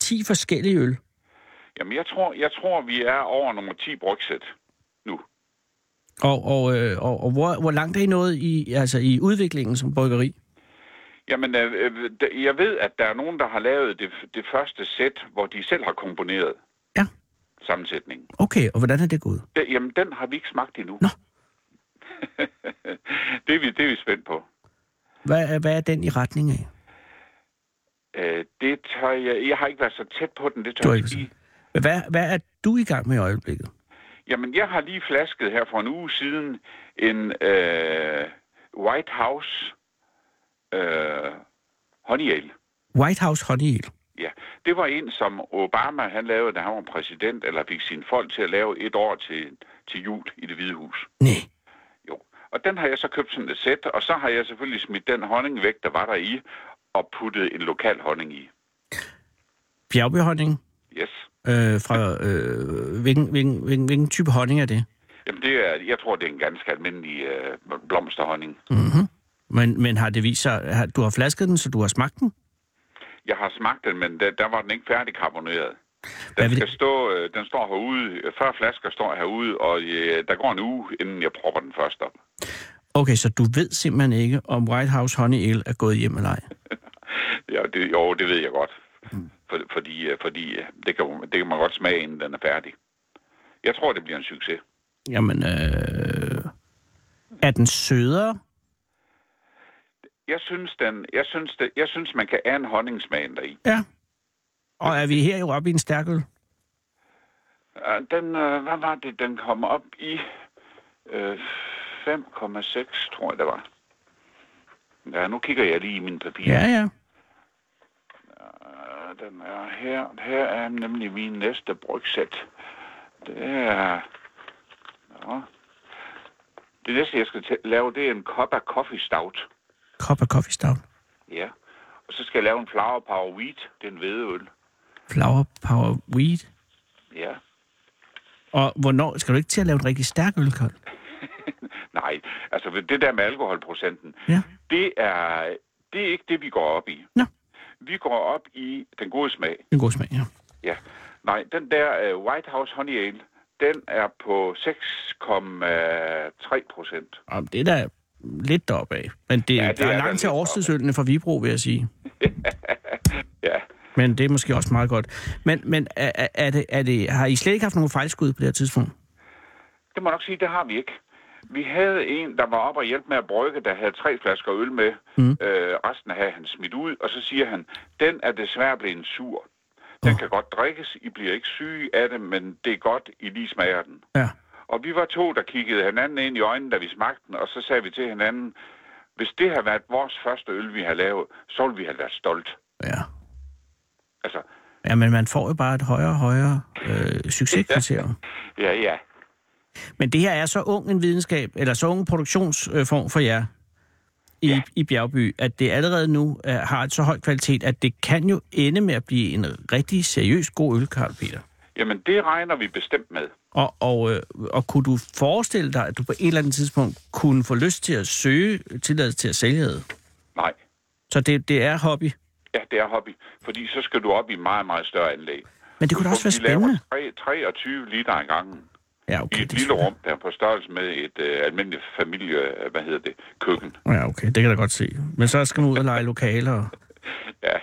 10 forskellige øl. Jamen, jeg tror, jeg tror vi er over nummer 10 brugsæt nu. Og, og, øh, og, og hvor, hvor langt er I nået i, altså i udviklingen som bryggeri? Jamen, øh, øh, d- jeg ved, at der er nogen, der har lavet det, f- det første sæt, hvor de selv har komponeret Ja. sammensætningen. Okay, og hvordan er det gået? Den, jamen, den har vi ikke smagt endnu. Nå. det, er vi, det er vi spændt på. Hvad, er- hvad er den i retning af? Øh, det tør jeg, jeg har ikke været så tæt på den, det Du tør har jeg ikke ikke sige. Hvad, hvad er du i gang med i øjeblikket? Jamen, jeg har lige flasket her for en uge siden en øh, White House øh, honey ale. White House Honey Ale. Ja, det var en, som Obama han lavede, da han var præsident, eller fik sine folk til at lave et år til, til jul i det hvide hus. Nej. Jo. Og den har jeg så købt sådan et sæt, og så har jeg selvfølgelig smidt den honning væk, der var der i, og puttet en lokal honning i. Bjergby honning Yes. øh, fra... Øh, hvilken, hvilken, hvilken, hvilken type honning er det? Jamen, det er, jeg tror, det er en ganske almindelig øh, blomsterhonning. Mhm. Men, men har det vist sig... Har, du har flasket den, så du har smagt den? Jeg har smagt den, men der, der var den ikke færdig karboneret. Hvad Den, vil skal det- stå, øh, den står herude, 40 flasker står herude, og øh, der går en uge, inden jeg propper den først op. Okay, så du ved simpelthen ikke, om White House Honey Ale er gået hjem eller ej. Ja, det, jo, det ved jeg godt. Mm. For, fordi øh, fordi øh, det, kan, det kan man godt smage, inden den er færdig. Jeg tror, det bliver en succes. Jamen, øh, er den sødere? Jeg synes, den, jeg synes, det, jeg synes man kan ære en honningsmagen deri. Ja. Og er vi her jo oppe i en stærk øl? Øh, Den, øh, hvad var det, den kom op i? Øh, 5,6, tror jeg, det var. Ja, nu kigger jeg lige i mine papirer. Ja, ja. Øh, Den er her. Her er nemlig min næste brygsæt. Det er... Nå. Det næste, jeg skal tæ- lave, det er en kop af coffee stout. Kop af coffee stout. Ja. Og så skal jeg lave en flower power wheat. Det er en hvedeøl. Flower Power Wheat. Ja. Og hvornår skal du ikke til at lave en rigtig stærk øl, Kold? Nej, altså ved det der med alkoholprocenten, Ja. det er, det er ikke det, vi går op i. Nå. Vi går op i den gode smag. En god smag, ja. Ja. Nej, den der uh, White House Honey Ale, den er på 6,3 procent. Jamen, det er da lidt deroppe af. Men det, ja, Ja, det der det er, er da langt lidt til årstidsølene fra Vibro, vil jeg sige. Ja. Men det er måske også meget godt. Men, men er, er- er det, er det, har I slet ikke haft nogen fejlskud på det her tidspunkt? Det må jeg nok sige, det har vi ikke. Vi havde en, der var op og hjælpe med at brygge, der havde tre flasker øl med. Mm. Øh, resten havde han smidt ud, og så siger han, den er desværre blevet en sur. Den kan godt drikkes, I bliver ikke syge af det, men det er godt, I lige smager den. Ja. Og vi var to, der kiggede hinanden ind i øjnene, da vi smagte den, og så sagde vi til hinanden, hvis det havde været vores første øl, vi har lavet, så ville vi have været stolt. Ja. Altså, Ja, men man får jo bare et højere og højere øh, succeskriterie. ja, ja. Men det her er så ung en videnskab, eller så ung en produktionsform for jer i, ja. Ja. i Bjergby, at det allerede nu øh, har et så høj kvalitet, at det kan jo ende med at blive en rigtig seriøs god øl, Karl Peter. Jamen, det regner vi bestemt med. Og, og, øh, og kunne du forestille dig, at du på et eller andet tidspunkt kunne få lyst til at søge tilladelse til at sælge det? Nej, Så det, det er hobby. ja, det er hobby. Fordi så skal du op i meget, meget større anlæg. Men det kunne da også være Vi laver spændende. tre- 23 liter ad gangen Ja, i okay. et det- lille rum, der er på størrelse med et øh, almindeligt familie, øh, hvad hedder det, køkken. Ja, okay. Det kan jeg da godt se. Men så skal man ud og lege lokaler. og- Ja,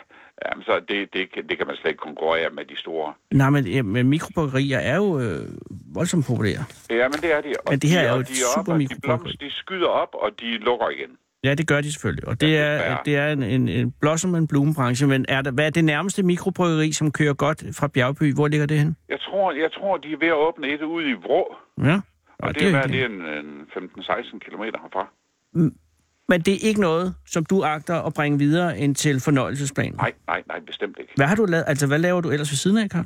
jamen, så det, det, kan- det kan man slet ikke konkurrere med de store. Nej, men, ja, men mikrobryggerier er jo øh, voldsomt populære. Ja, men det er de. Og Men det her de, er jo og et de er op, super og de mikrobryggeri. blomster, de skyder op, og de lukker igen. Ja, det gør de selvfølgelig. Og det Ja, er, desværre. det er en, en, en blossom and bloom branche. Men er der, hvad er det nærmeste mikrobryggeri, som kører godt fra Bjergby? Hvor ligger det hen? Jeg tror, jeg tror de er ved at åbne et ude i Vrå. Ja. Og Og det, det, er, jo hvad, ikke det er en, en 15-16 km herfra. Men det er ikke noget, som du agter at bringe videre ind til fornøjelsesplanen? Nej, nej, nej, bestemt ikke. Hvad har du lavet? Altså, hvad laver du ellers ved siden af, Karl?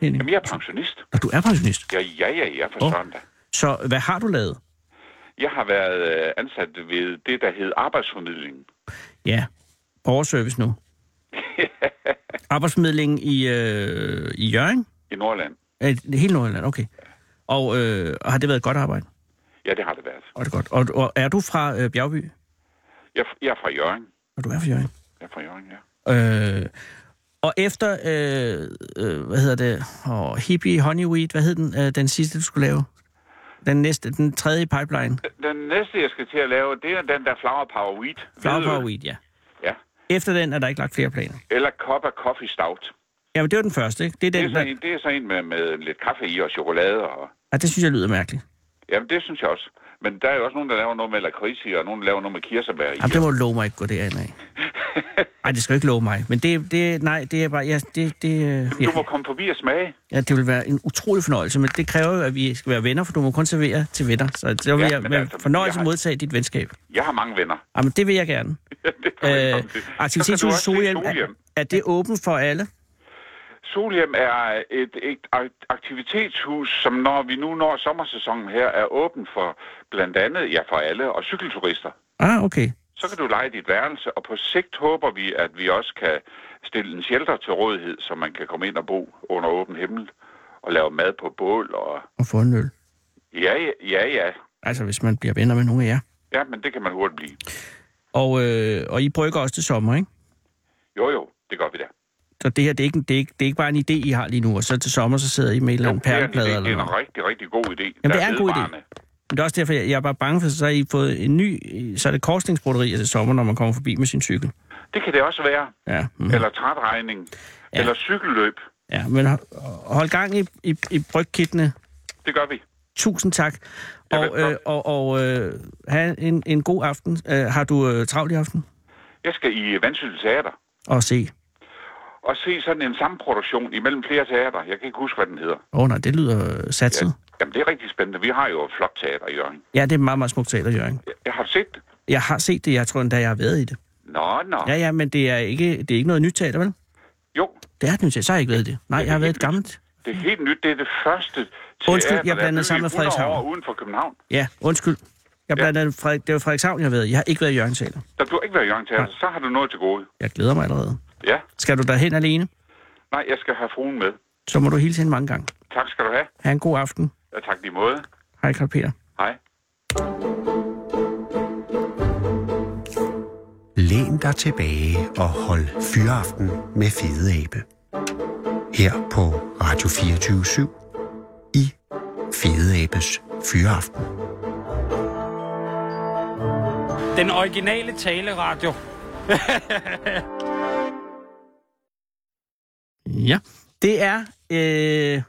Henning? Jamen, jeg er pensionist. Og du er pensionist. Ja, ja, ja, ja, for Åh. oh. søndag. Så hvad har du lavet? Jeg har været øh, ansat ved det, der hed arbejdsformidlingen. Ja, borgerservice nu. Arbejdsmidlingen i, øh, i Jørgen? i Nordland. Øh, hele Nordjylland, okay. Og øh, har det været et godt arbejde? Ja, det har det været. Og det er godt. Og, og er du fra øh, Bjergby? Jeg, jeg er fra Jørgen. Og du er fra Jørgen. Jeg er fra Jørgen, ja. Øh, og efter, øh, øh, hvad hedder det, oh, hippie honeyweed, hvad hed den, øh, den sidste, du skulle lave? Den næste, den tredje pipeline. Den næste, jeg skal til at lave, det er den der Flower Power Wheat. Flower Hvidøl. power weed, ja. Ja. Efter den er der ikke lagt flere planer. Eller Copper Coffee Stout. Jamen, det var den første, ikke? Det er Det den, er, sådan der... en, det er sådan en med, med lidt kaffe i og chokolade. Og, Ah, det synes jeg lyder mærkeligt. jamen, det synes jeg også. Men der er jo også nogen, der laver noget med lakrids i, og nogen, der laver noget med kirsebær i. Jamen, det må du love mig ikke gå derhen af. Nej, det skal du ikke love mig. Men det, det nej, det er bare, ja, det, det, øh, ja. Du må komme forbi og smage. ja, det vil være en utrolig fornøjelse, men det kræver jo, at vi skal være venner, for du må kun servere til venner. Så det vil Ja, ja, jeg men med altså, fornøjelse jeg har- modtage dit venskab. Jeg har mange venner. Jamen, det vil jeg gerne. det er Øh, velkommen til. Så kan du Aktivitetshuset også se Solhjem, er, Solhjem. er det åbent for alle? Solhjem er et, et ak- aktivitetshus, som når vi nu når sommersæsonen her, er åben for blandt andet, ja for alle, og cykelturister. Ah, okay. Så kan du lege dit værelse, og på sigt håber vi, at vi også kan stille en shelter til rådighed, så man kan komme ind og bo under åben himmel og lave mad på bål. Og... Og få en øl. Ja, ja, ja, ja. Altså, hvis man bliver venner med nogen af jer. Ja, men det kan man hurtigt blive. Og, øh, og I brygger også til sommer, ikke? Jo, jo, det gør vi da. Så det her, det er, ikke, en- det, er ikke, det er ikke bare en idé, I har lige nu, og så til sommer, så sidder I med et eller andet det, er en, perleplade idé. eller det er en noget. rigtig, rigtig god idé. Jamen, det er en god idé. Men det er også derfor, jeg, jeg er bare bange for, så har I fået en ny, øh, så er det korsningsbroderier til sommer, når man kommer forbi med sin cykel. Det kan det også være. Ja, mm, Mm. Eller trætregning. Ja. Eller cykelløb. ja men ho- hold gang i, i, i brygkittene. Det gør vi. Tusind tak. Ja, Og, velbekomme. øh, og, og øh, have en, en god aften. Øh, har du øh, travlt i aften? Jeg skal i Vandsøl Teater Og se. og se sådan en samproduktion imellem flere teater. Jeg kan ikke huske, hvad den hedder. Åh oh, nej, det lyder øh, satset. Jamen, det er rigtig spændende. Vi har jo et flot teater i Jørgen. Ja. ja, det er meget, meget smukt teater, Jørgen. Jeg- Jeg har set det. Jeg har set det, jeg tror endda, jeg har været i det. Nå, nå. Ja, ja, men det er ikke, det er ikke noget nyt teater, vel? Jo, Det er et nyt teater. Så har jeg ikke været i det. Nej, Det er jeg har været i et helt gammelt. det er helt nyt. Det er det første teater, Undskyld, jeg der er blandede bygget sammen med i 100 Frederikshavn. år uden for København. Ja, undskyld. Jeg blandt andet, Frederik, det var Frederikshavn, jeg har været i. Jeg har ikke været i Jørgen Teater. Der du har ikke været i Jørgen Teater, så har du noget til gode. Jeg glæder mig allerede. Ja. Skal du derhen alene, Nej, jeg skal have fruen med. så må du hilse hende mange gange. Tak skal du have. Ha' en god aften. Ja, tak lige måde. Hej, Karl Peter. Hej. Læn dig tilbage og hold fyraften med Fede Abe. Her på Radio 24 i Fede Abes Fyraften. Den originale taleradio. Ja. Det er øh,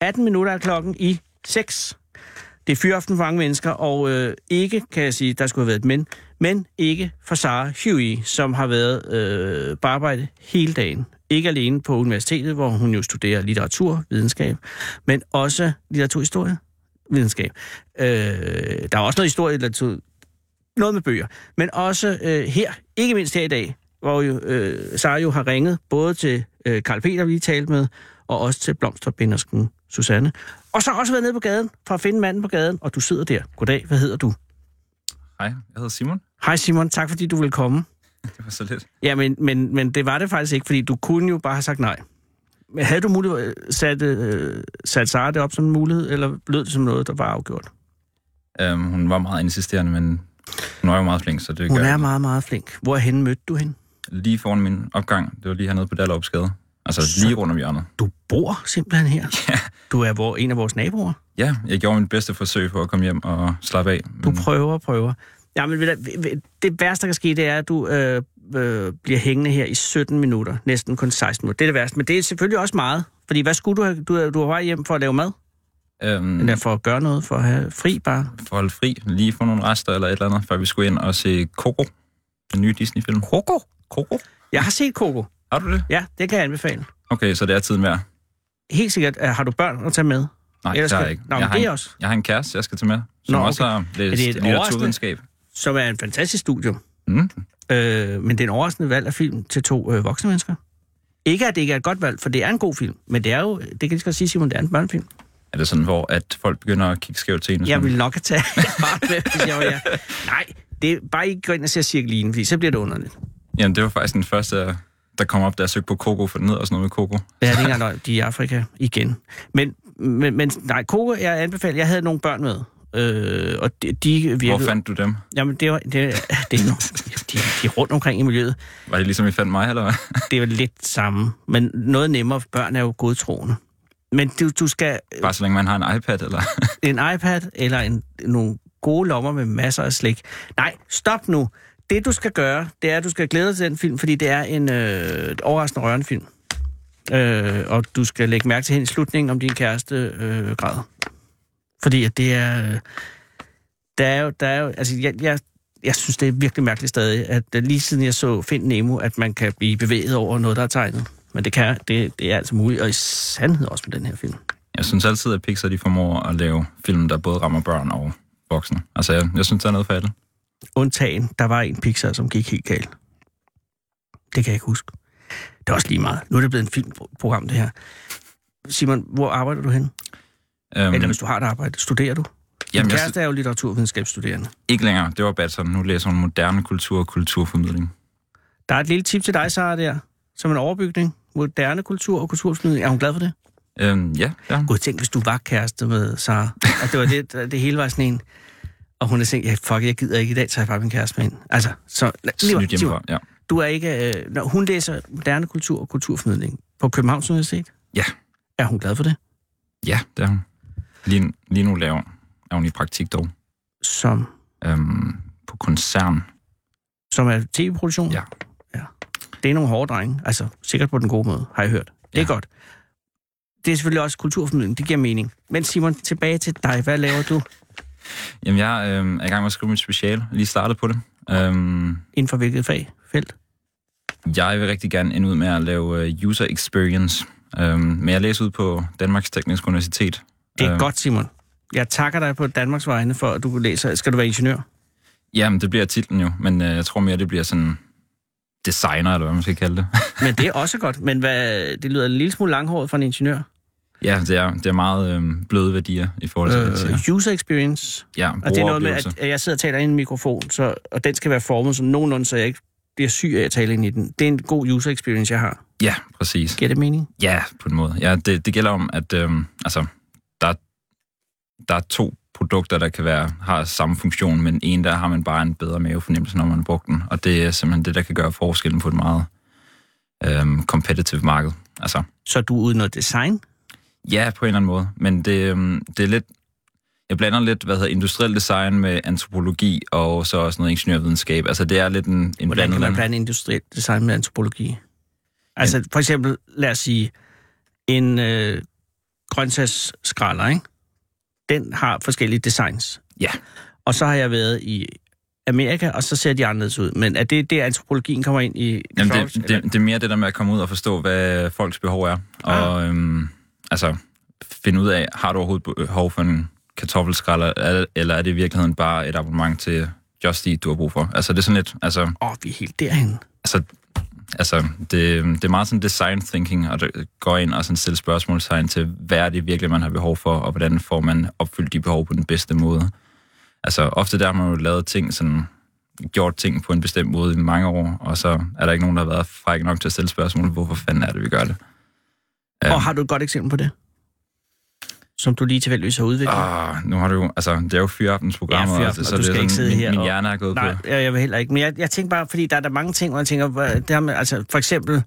18 minutter af klokken i 6. Det er fyraften for mange mennesker, og øh, ikke, kan jeg sige, der skulle have været et men, men ikke for Sara Huey, som har været øh, på arbejde hele dagen. Ikke alene på universitetet, hvor hun jo studerer litteratur, videnskab, men også litteraturhistorie, videnskab. Øh, der er også noget historie, litteratur, noget med bøger, men også øh, her, ikke mindst her i dag, hvor jo, øh, Sara jo har ringet både til øh, Karl Peter, vi lige talte med, og også til blomsterbindersken Susanne. Og så har også været nede på gaden for at finde manden på gaden, og du sidder der. Goddag, hvad hedder du? Hej, jeg hedder Simon. Hej Simon, tak fordi du vil komme. Det var så lidt. Ja, men, men, men det var det faktisk ikke, fordi du kunne jo bare have sagt nej. Men havde du mulighed, øh, sat, øh, sat Sara det op som en mulighed, eller lød det som noget, der var afgjort? Um, hun var meget insisterende, men hun var jo meget flink, så det Hun gør er meget, meget flink. Hvorhen mødte du hende? lige foran min opgang. Det var lige hernede på Dallopsgade. Altså Så- lige rundt om hjørnet. Du bor simpelthen her. Ja. Du er vor, en af vores naboer. Ja, jeg gjorde mit bedste forsøg på at komme hjem og slappe af. Men Du prøver og prøver. Ja, men ved du hvad, ved- det værste, der kan ske, det er, at du øh, øh, bliver hængende her i 17 minutter. Næsten kun 16 minutter. Det er det værste. Men det er selvfølgelig også meget. Fordi hvad skulle du have? Du, er- du var vej hjem for at lave mad? øhm, Eller for at gøre noget? For at have fri bare? for at holde fri, lige få nogle rester eller et eller andet, før vi skulle ind og se Coco, den nye Disney-film. Coco? Coco? Jeg har set Coco. Har du det? Ja, det kan jeg anbefale. Okay, så det er tiden værd. Helt sikkert. Øh, Har du børn at tage med? Nej, Ellers det har kan- jeg ikke. Nå, men jeg, har det er en, også- jeg har en kæreste, jeg skal tage med, som Nå, også okay. har et læst litteraturvidenskab. Som er en fantastisk studio. Mm. Øh, men det er en overraskende valg af film til to øh, voksne mennesker. Ikke at det ikke er et godt valg, for det er en god film. Men det er jo, det kan jeg godt sige, Simon, det er en børnefilm. Er det sådan, hvor at folk begynder at kigge skævt til en? Jeg ville nok have taget barn med, hvis jeg var jer. Nej, det er bare ikke gå ind og se cirkelinen, fordi så bliver det underligt. Jamen, det var faktisk den første, jeg- der kom op, da jeg søgte på Coco, for den hedder også noget med Coco. Ja, det er ikke engang løgn. De er i Afrika igen. Men, men, men nej, Coco, jeg anbefaler, jeg havde nogle børn med. øh, og de, de virkede... Hvor fandt du dem? Jamen, det, var, det, det er, no- de, de er rundt omkring i miljøet. Var det ligesom, I fandt mig, eller hvad? Det er jo lidt samme, men noget nemmere. for Børn er jo godtroende. Men du, du skal Bare så længe man har en iPad, eller? en iPad eller en, nogle gode lommer med masser af slik. Nej, stop nu. Det, du skal gøre, det er, at du skal glæde dig til den film, fordi det er en øh, et overraskende rørende film. Øh, og du skal lægge mærke til hende i slutningen om din kæreste øh, græder. Fordi at det er... Øh, der er jo... Der er jo altså, jeg, jeg, jeg synes, det er virkelig mærkeligt stadig, at øh, lige siden jeg så Find Nemo, at man kan blive bevæget over noget, der er tegnet. Men det, kan, det, det er altså muligt, og i sandhed også med den her film. Jeg synes altid, at Pixar de formår at lave film, der både rammer børn og voksne. Altså, jeg, jeg synes, der er noget for alle. undtagen, der var en Pixar, som gik helt galt. Det kan jeg ikke huske. Det er også lige meget. Nu er det blevet en filmprogram, det her. Simon, hvor arbejder du hen? Jamen. Øhm, Eller hvis du har et arbejde, studerer du? Jamen, jamen, Din jeg, kæreste er jo litteraturvidenskabsstuderende. ikke længere. Det var Batson. Nu læser hun moderne kultur og kulturformidling. Der er et lille tip til dig, Sara, der. Som en overbygning. Moderne kultur og kulturformidling. Er hun glad for det? Øhm, ja, ja. Gud, tænk, hvis du var kæreste med Sara. At det var det, det hele var sådan en. Og hun har tænkt, ja, fuck, jeg gider ikke i dag, tager jeg bare min kæreste med ind. Altså, så... Snydt hjemmefra. Ja. Du er ikke... Øh, når hun læser moderne kultur og kulturformidling på Københavns Universitet. Ja. Er hun glad for det? ja, det er hun. Lige, lige nu laver, er hun i praktik dog. Som, Øhm, på koncern. som er tv-produktion? Ja. ja. Det er nogle hårde drenge. Altså, sikkert på den gode måde, har jeg hørt. Det er Ja. godt. Det er selvfølgelig også kulturformidling, det giver mening. Men Simon, tilbage til dig. Hvad laver du Jamen, jeg øhm, er i gang med at skrive mit speciale. Lige startet på det. Øhm, inden for hvilket fag? Felt? Jeg vil rigtig gerne ende ud med at lave øh, user experience. Øhm, men jeg læser ud på Danmarks Tekniske Universitet. Det er Øh. godt, Simon. Jeg takker dig på Danmarks vegne for, at du læser. Skal du være ingeniør? Jamen, det bliver titlen jo, men øh, jeg tror mere, det bliver sådan designer, eller hvad man skal kalde det. Men det er også godt. Men hvad, det lyder en lille smule langhåret for en ingeniør. ja, det er, det er meget øh, bløde værdier i forhold til, øh, det, jeg siger. user experience. Ja, Og det er noget med, brugeroplevelse. at jeg sidder og taler ind i en mikrofon, så, og den skal være formet som nogenlunde, så jeg ikke bliver syg af at tale ind i den. Det er en god user experience, jeg har. Ja, præcis. Giver det mening? Ja, på en måde. Ja, det, det gælder om, at øh, altså, der, er- der er to produkter, der kan være, har samme funktion, men en der har man bare en bedre mavefornemmelse, når man har brugt den. Og det er simpelthen det, der kan gøre forskellen på et meget øh, competitive marked. Altså, Så er du ude i noget design? Ja, på en eller anden måde. Men det, øhm, det er lidt... Jeg blander lidt, hvad hedder industriel design med antropologi og så også noget ingeniørvidenskab. Altså, det er lidt en, en Hvordan blandet kan man land. blande industrielt design med antropologi? Altså for eksempel, lad os sige, en øh, grøntsagsskræller, ikke? Den har forskellige designs. Ja. Og så har jeg været i Amerika, og så ser de anderledes ud. Men er det der, antropologien kommer ind i... Jamen, Kraus, det, eller? det, det, er mere det der med at komme ud og forstå, hvad folks behov er. Og øhm, altså, finde ud af, har du overhovedet behov for en kartoffelskræller, eller- eller er det i virkeligheden bare et abonnement til Just Eat, du har brug for? Altså, det er sådan lidt... Altså, Åh, vi er helt derhen. altså, altså det, det er meget sådan design thinking, og det går ind og sådan stille spørgsmålstegn til, hvad er det virkelig, man har behov for, og hvordan får man opfyldt de behov på den bedste måde. Altså ofte der har man jo lavet ting sådan, gjort ting på en bestemt måde i mange år, og så er der ikke nogen, der har været fræk nok til at stille spørgsmål, hvorfor fanden er det, vi gør det? Og har du et godt eksempel på det? Som du lige tilfældigvis har udviklet? Ah, nu har du jo, altså, det er jo fyraftensprogrammet, Ja, fyraftens, altså, så og du det er skal ikke sidde min, her min og- hjerne er gået Nej, på. jeg, jeg vil heller ikke. Men jeg, jeg tænker bare, fordi der er der mange ting, hvor jeg tænker, hvad- det her med, altså for eksempel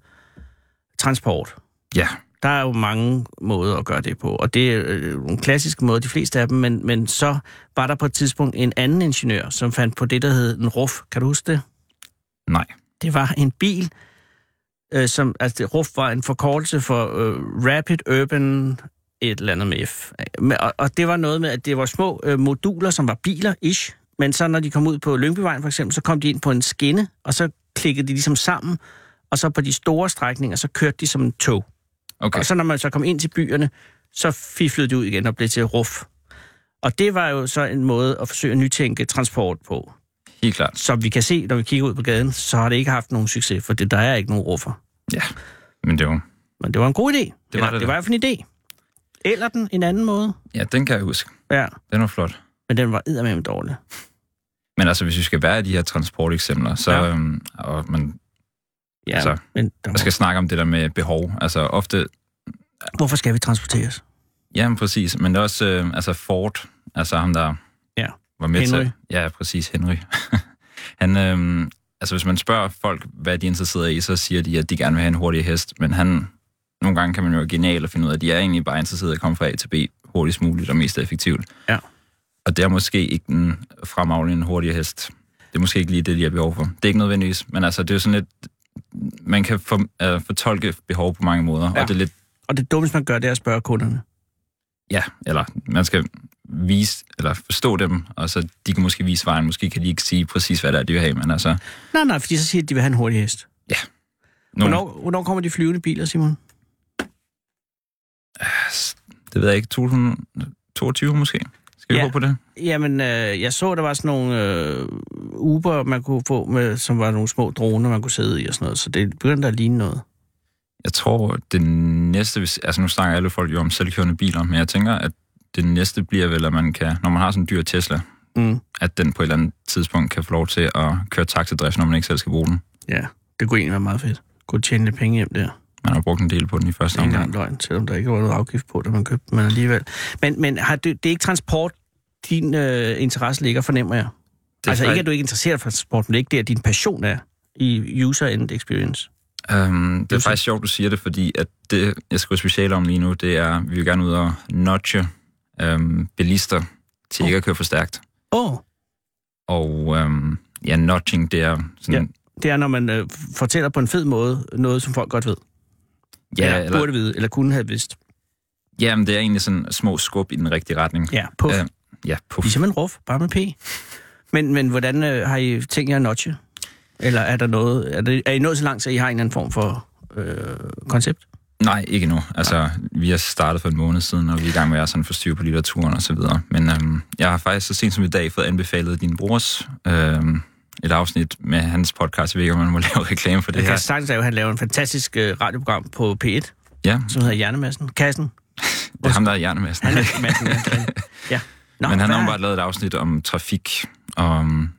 transport. Ja, Der er jo mange måder at gøre det på, og det er øh, nogle klassiske måder, de fleste af dem, men, men så var der på et tidspunkt en anden ingeniør, som fandt på det, der hed en RUF. Kan du huske det? nej. Det var en bil, øh, som, altså det, RUF var en forkortelse for øh, Rapid Urban et eller andet med F. Men- Og, og det var noget med, at det var små øh, moduler, som var biler-ish, men så når de kom ud på Lyngbyvejen for eksempel, så kom de ind på en skinne, og så klikkede de ligesom sammen, og så på de store strækninger, så kørte de som en tog. Okay, Og så når man så kom ind til byerne, så fiflede de ud igen og blev til RUF. Og det var jo så en måde at forsøge at nytænke transport på helt klart. som vi kan se, når vi kigger ud på gaden, så har det ikke haft nogen succes, for det, der er ikke nogen ruffer. Ja, men det er jo... Men det var en god idé. Det var det da. det var i hvert fald en idé. Eller den en anden måde. Ja, den kan jeg huske. Ja, Den var flot. men den var eddermame dårlig. Men altså, hvis vi skal være i de her transporteksempler, så Ja. ja. øhm, og man, Ja, Altså, men der man var... skal snakke om det der med behov. Altså ofte, hvorfor skal vi transporteres? jamen præcis, men det er også øh, altså Ford, altså ham der Ja. Var med Henry. Til, ja, præcis, Henry. han, øhm, altså hvis man spørger folk, hvad de er interesseret i, så siger de, at de gerne vil have en hurtig hest, men han, nogle gange kan man jo være genial og finde ud af, at de er egentlig bare interesseret i at komme fra A til B hurtigst muligt og mest effektivt. Ja. Og det er måske ikke den fremavlige en hurtig hest. Det er måske ikke lige det, de har behov for. Det er ikke nødvendigvis, men altså, det er jo sådan lidt, man kan for, øh, fortolke behov på mange måder, Ja. og det er lidt Og det dummeste, man gør, det er at spørge kunderne. ja, eller man skal vise, eller forstå dem, og så de kan måske vise vejen. Måske kan de ikke sige præcis, hvad det er, de vil have, men altså... Nej, nej, fordi så siger de, at de vil have en hurtig hest. Nogle, Hvornår, hvornår kommer de flyvende biler, Simon? Det ved jeg ikke, 2022 måske? Skal vi Ja. ja. på det? Jamen, øh, jeg så, der var sådan nogle øh, Uber, man kunne få, med, som var nogle små droner, man kunne sidde i og sådan noget. Så det begyndte at ligne noget. Jeg tror, det næste... hvis- Altså, nu snakker alle folk jo om selvkørende biler, men jeg tænker, at det næste bliver vel, at man kan... Når man har sådan en dyr Tesla, Mm. at den på et eller andet tidspunkt kan få lov til at køre taxadrift, når man ikke selv skal bruge den. Ja, det kunne egentlig være meget fedt. Kunne tjene lidt penge hjem der. Man har brugt en del på den i første Det er ikke engang omgang. løgn, selvom der ikke var noget afgift på, da man købte den, men alligevel. Men, men har du, det er ikke transport, din øh, interesse ligger, fornemmer jeg. Det Det er altså ikke, faktisk- at du ikke er interesseret for transport, men det er ikke det, at din passion er i user end experience. Um, det er Josef? faktisk sjovt, du siger det, fordi at det, jeg skriver speciale om lige nu, det er, vi vil gerne ud og nudge um, bilister til ikke at køre for stærkt. Åh, oh, Og um, ja, nudging, det er sådan... det er, når man øh, fortæller på en fed måde noget, som folk godt ved. Ja, ja, eller, eller, burde vide, eller kunne have vidst. ja men det er egentlig sådan små skub i den rigtige retning. Ja, puff. Ja, ja puff. Ligesom en ruf, bare med p. Men, men hvordan øh, har I tænkt jer at notche? Eller er der noget... Er, det, er I nået så langt, så I har en eller anden form for øh, koncept? Nej, ikke nu. Altså, vi har startet for en måned siden, og vi er i gang med at sådan få styr på litteraturen og så videre. Men øhm, jeg har faktisk så sent som i dag fået anbefalet din brors øhm, et afsnit med hans podcast. Jeg ved ikke, om man må lave reklame for det Det her. kan sagtens lave, at han laver en fantastisk øh, radioprogram på P1, Ja, som hedder Hjernemassen. Kassen. det er ham, der er hjernemassen. Han er massen, ja. ja. Nå, men han har hvad- jo bare lavet et afsnit om trafik. Og, øhm,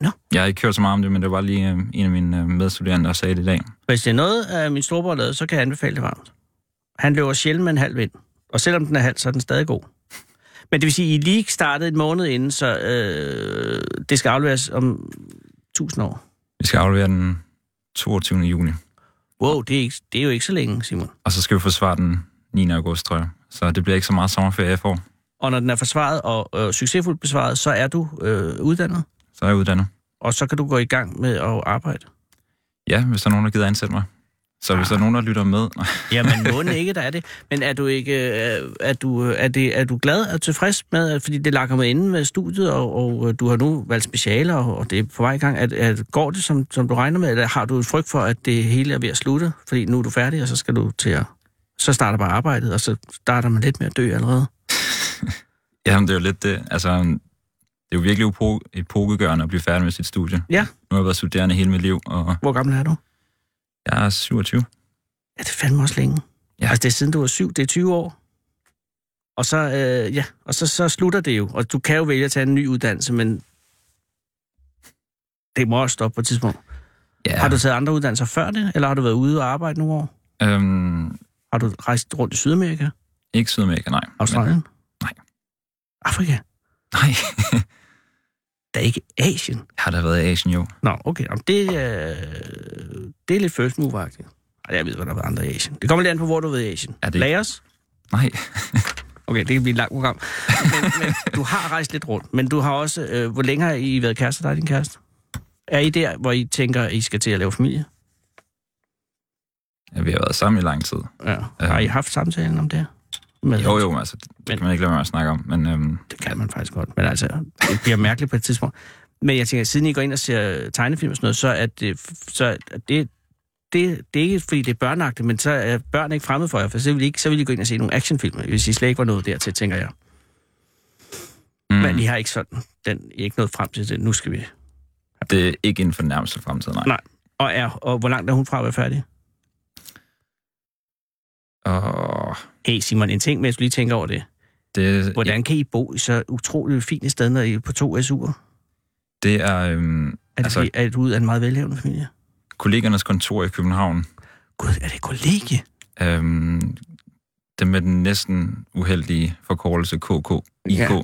Nå. Jeg har ikke hørt så meget om det, men det var lige øh, en af mine øh, medstuderende, der sagde det i dag. Hvis det er noget af min storebror lavede, så kan jeg anbefale det varmt. Han løber sjældent med en halv vind. Og selvom den er halv, så er den stadig god. Men det vil sige, I er lige startede en måned inden, så øh, det skal afleveres om 1000 år. Vi skal aflevere den 22. juni, Wow, det er, ikke, det er jo ikke så længe, Simon. og så skal vi forsvare den 9. august, tror jeg. Så det bliver ikke så meget sommerferie, jeg får. Og når den er forsvaret og øh, succesfuldt besvaret, så er du øh, uddannet, Så er jeg uddannet. og så kan du gå i gang med at arbejde. Ja, hvis der er nogen, der gider ansætte mig. Så Ah. hvis der er nogen, der lytter med... Jamen, måden ikke, der er det. Men er du ikke, øh, er du, øh, er det, er du glad og tilfreds med, at- fordi det lakker med inden med studiet, og, og øh, du har nu valgt specialer, og, og det er på vej i gang. At, at, går det, som, som du regner med, eller har du et frygt for, at det hele er ved at slutte, fordi nu er du færdig, og så skal du til at... Så starter bare arbejdet, og så starter man lidt med at dø allerede. Jamen, det er jo lidt det. Altså, det er jo virkelig upo- epokegørende at blive færdig med sit studie. Ja. Nu har jeg været studerende hele mit liv, og Hvor gammel er du? jeg er 27. Ja, det er fandme også længe. Ja. Ja. Altså, det er siden du var syv, det er 20 år. Og så, øh, ja, og så, så slutter det jo. Og du kan jo vælge at tage en ny uddannelse, men det må også stoppe på et tidspunkt. Ja. Har du taget andre uddannelser før det, eller har du været ude og arbejde nogle år? Øhm, Har du rejst rundt i Sydamerika, ikke Sydamerika, nej. Australien? Men, nej. Afrika? Nej, Da ikke Asien. jeg har da været i Asien jo. Nå, okay. Jamen, det, øh, det er lidt first move -agtigt. Ej, jeg ved, hvad der har været andre i Asien. Det kommer lidt an på, hvor du har været i Asien. Er det- Laos? Nej, Okay, det kan blive et langt program. Men, men du har rejst lidt rundt, men du har også... Øh, hvor længe har I været kærester, dig og din kæreste? Er I der, hvor I tænker, at I skal til at lave familie? vi har været sammen i lang tid. Ja. Har I haft samtalen om det? Men, Jo, jo, altså, det, det kan man ikke lade være med at snakke om, men øhm, Det kan man faktisk godt, men altså, det bliver mærkeligt på et tidspunkt. Men jeg tænker, siden I går ind og ser tegnefilm og sådan noget, så er det, så er det, det, det er ikke, fordi det er børnagtigt, men så er børn ikke fremmed for jer, for så vil I, ikke, så vil I gå ind og se nogle actionfilmer, hvis I slet ikke var nået dertil, tænker jeg. mm, Men I har ikke sådan, den, I er ikke nået frem til det, nu skal vi det er ikke inden for den nærmeste fremtid, nej. Nej. Og, er, og hvor langt er hun fra at være færdig? Og Hey Simon, en ting, mens du lige tænker over det. det, Hvordan kan I bo i så utroligt fint et sted, når I er på to SU'er? det er øhm, Er det, Altså- altså, er det ud af en meget velhavende familie? kollegernes kontor i København. Gud, er det kollegie? Øhm, det med den næsten uheldige forkortelse KK, IK. Ja.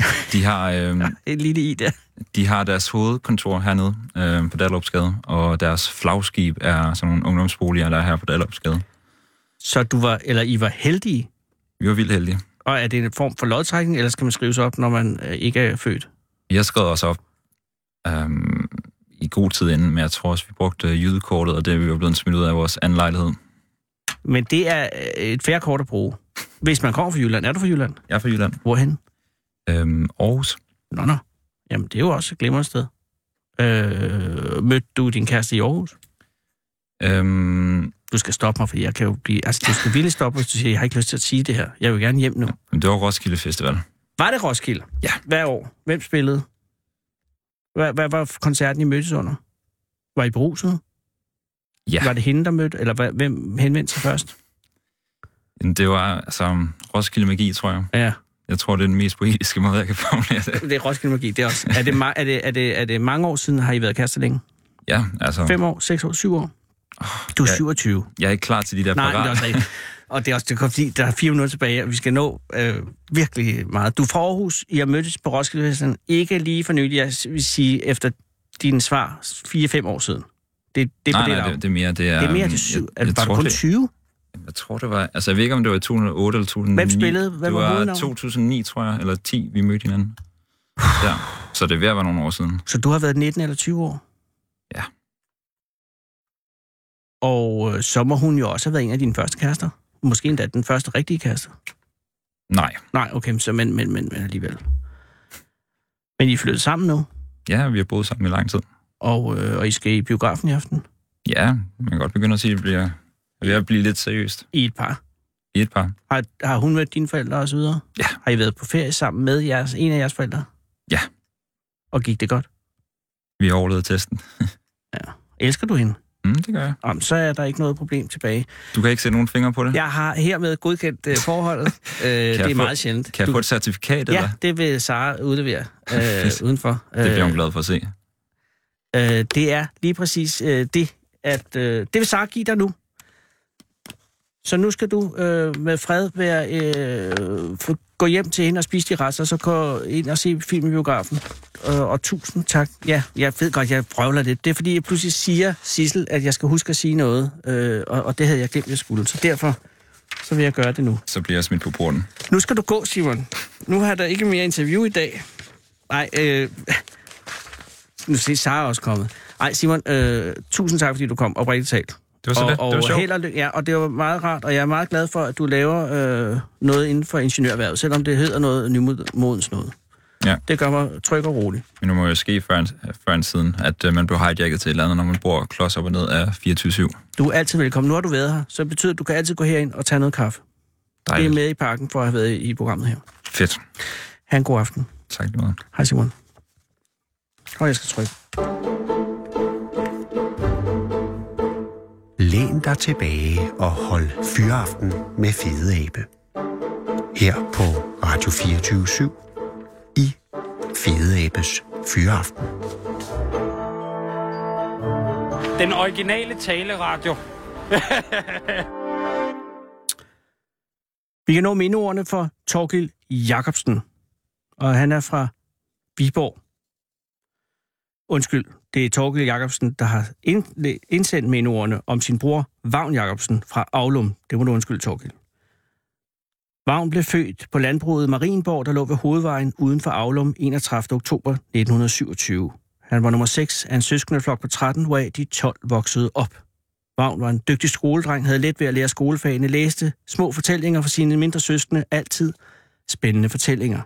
Ja. De har, øh, Et lille i der. de har deres hovedkontor hernede øh, på Dallopsgade, og deres flagskib er sådan nogle ungdomsboliger, der er her på Dallopsgade. Så du var, eller I var heldige? Vi var vildt heldige. Og er det en form for lodtrækning, eller skal man skrives op, når man øh, ikke er født? Vi har skrevet os op øhm, i god tid inden, men jeg tror også, vi brugte øh, jydekortet, og det er vi jo blevet smidt ud af vores anden lejlighed. Men det er øh, et færre kort at bruge. Hvis man kommer fra Jylland, er du fra Jylland? Jeg er fra Jylland. Hvorhen? Øhm, Aarhus. Nå, nå. Jamen, det er jo også et glimrende sted. Øh, mødte du din kæreste i Aarhus? Øhm, Du skal stoppe mig, fordi jeg kan jo blive... Altså, du skal virkelig stoppe, hvis du siger, jeg har ikke lyst til at sige det her. Jeg vil gerne hjem nu. men det var Roskilde Festival. Var det Roskilde? Ja. Hver år? Hvem spillede? Hvad, hvad var koncerten, I mødtes under? Var I bruset? Ja, Var det hende, der mødte? Eller hvad, hvem henvendte sig først? men det var altså Roskilde Magi, tror jeg. Ja. Jeg tror, det er den mest poetiske måde, jeg kan formulere det. Det er Roskilde Magi, det er også. Er det, ma- er det, er det, er det mange år siden, har I været kærester længe? Ja, altså, Fem år? Seks år? Syv år? Du er ja. 27. jeg er ikke klar til de der Nej, men det er parader. også rigtigt. Og det er også det er kun fordi, der er fire minutter tilbage, og vi skal nå øh, virkelig meget. Du er fra Aarhus, I har mødtes på Roskilde Festival, ikke lige for nylig, jeg vil sige, efter dine svar, 4-5 år siden. Det, det er på Nej, det, nej, lav. det, det er mere, det er... det er mere øhm, til syv. Altså, Jeg, jeg, var tror, du kun det, 20? jeg tror, det var... Altså, jeg ved ikke, om det var i 2008 eller 2009. Hvem spillede? Hvem det var var hovednavnet? 2009, tror jeg, eller 10, vi mødte hinanden. Der. Så det er ved at være nogle år siden. Så du har været 19 eller 20 år? Ja. Og øh, så må hun jo også have været en af dine første kærester. Måske endda den første rigtige kæreste. Nej. Nej, okay, men så, men, men, men, men alligevel. Men I er flyttet sammen nu, Ja, vi har boet sammen i lang tid. og, øh, og I skal i biografen i aften. Ja, man kan godt begynde at sige, at det bliver er ved at blive lidt seriøst I er et par. i et par. Har, har hun været dine forældre og så videre? Ja. Har I været på ferie sammen med jeres, en af jeres forældre? Ja. Og gik det godt? Vi har overlevet testen. Elsker du hende? Mm, det gør jeg. Om, så er der ikke noget problem tilbage. Du kan ikke sætte nogen fingre på det? Jeg har hermed godkendt øh, forholdet. øh, det er Mm. jeg få- meget sjældent. Kan jeg få et certifikat, eller? Ja, det vil Sara udlevere øh, udenfor. Det bliver hun glad for at se. Øh, det er lige præcis øh, det, at øh, det vil Sara give dig nu. Så nu skal du øh, med fred være, øh, få- gå hjem til hende og spise de rester, og så gå ind og se film i biografen. Øh, og tusind tak. Ja, jeg ved godt, jeg prøvler lidt. Det er fordi, jeg pludselig siger, Sissel, at jeg skal huske at sige noget, øh, og, og det havde jeg glemt, jeg skulle. Så derfor så vil jeg gøre det nu. Så bliver jeg smidt på porten. Nu skal du gå, Simon. Nu har der ikke mere interview i dag. Nej, øh... Nu ser Sara også kommet. Ej, Simon, øh, tusind tak, fordi du kom, oprigtigt talt. Det var så og, lidt. og det var sjovt. held og lykke, ja, og det var meget rart, og jeg er meget glad for, at du laver øh, noget inden for ingeniørværet, selvom det hedder noget nymodens noget. Ja. Det gør mig tryg og rolig. Men nu må jo ske før, en- før en siden, at øh, man bliver hijacket til et eller andet, når man bor klods op og ned af 24-7. Du er altid velkommen. Nu har du været her, så det betyder, at du kan altid gå herind og tage noget kaffe. Det Dejligt. er med i pakken for at have været i programmet her. Fedt. Ha' en god aften. Tak lige meget. Hej Simon. Og jeg skal trykke. Læn dig tilbage og hold fyraften med Fede Abe. Her på Radio 24 i Fede Abes Fyraften. Den originale taleradio. Vi kan nå mindeordene for Torgild Jacobsen, og han er fra Viborg. Undskyld, det er Torgild Jacobsen, der har ind- indsendt mindeordene om sin bror, Vagn Jacobsen fra Aulum. Det må du undskylde, Torgild. Vagn blev født på landbruget Marienborg, der lå ved hovedvejen uden for Aulum 31. oktober 1927. Han var nummer 6 af en søskendeflok på 13, hvoraf de 12 voksede op. Vagn var en dygtig skoledreng, havde let ved at lære skolefagene, læste små fortællinger fra sine mindre søskende, altid spændende fortællinger.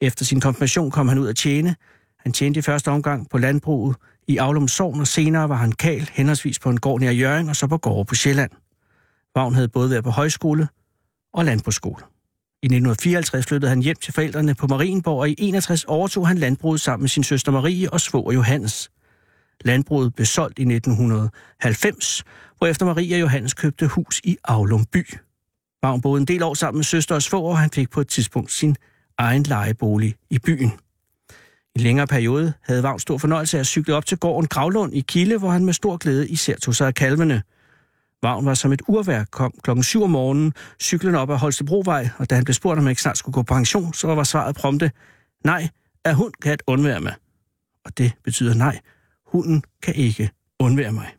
Efter sin konfirmation kom han ud at tjene. Han tjente i første omgang på landbruget i Aulum Sogn, og senere var han kal, henholdsvis på en gård nær Jørgen og så på gårde på Sjælland. Vagn havde både været på højskole og landbrugsskole. I 1954 flyttede han hjem til forældrene på Marienborg, og i 61 overtog han landbruget sammen med sin søster Marie og svoger Johannes. Landbruget blev solgt i 1990, hvorefter Maria Johannes købte hus i Aulum by. Vagn boede en del år sammen med søster og svoger, og han fik på et tidspunkt sin egen lejebolig i byen. I en længere periode havde Vagn stor fornøjelse af at cykle op til gården Gravlund i Kilde, hvor han med stor glæde især tog sig af kalvene. Vagn var som et urværk, kom klokken 7 om morgenen, cyklen op ad Holstebrovej, og da han blev spurgt, om han ikke snart skulle gå på pension, så var svaret prompte, Nej, at hun kan at undvære mig. Og det betyder nej, hunden kan ikke undvære mig.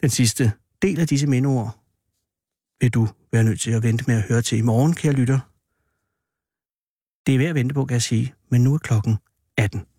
Den sidste del af disse mindeord vil du være nødt til at vente med at høre til i morgen, kære lytter. Det er ved at vente på, kan jeg sige, men nu er klokken 18.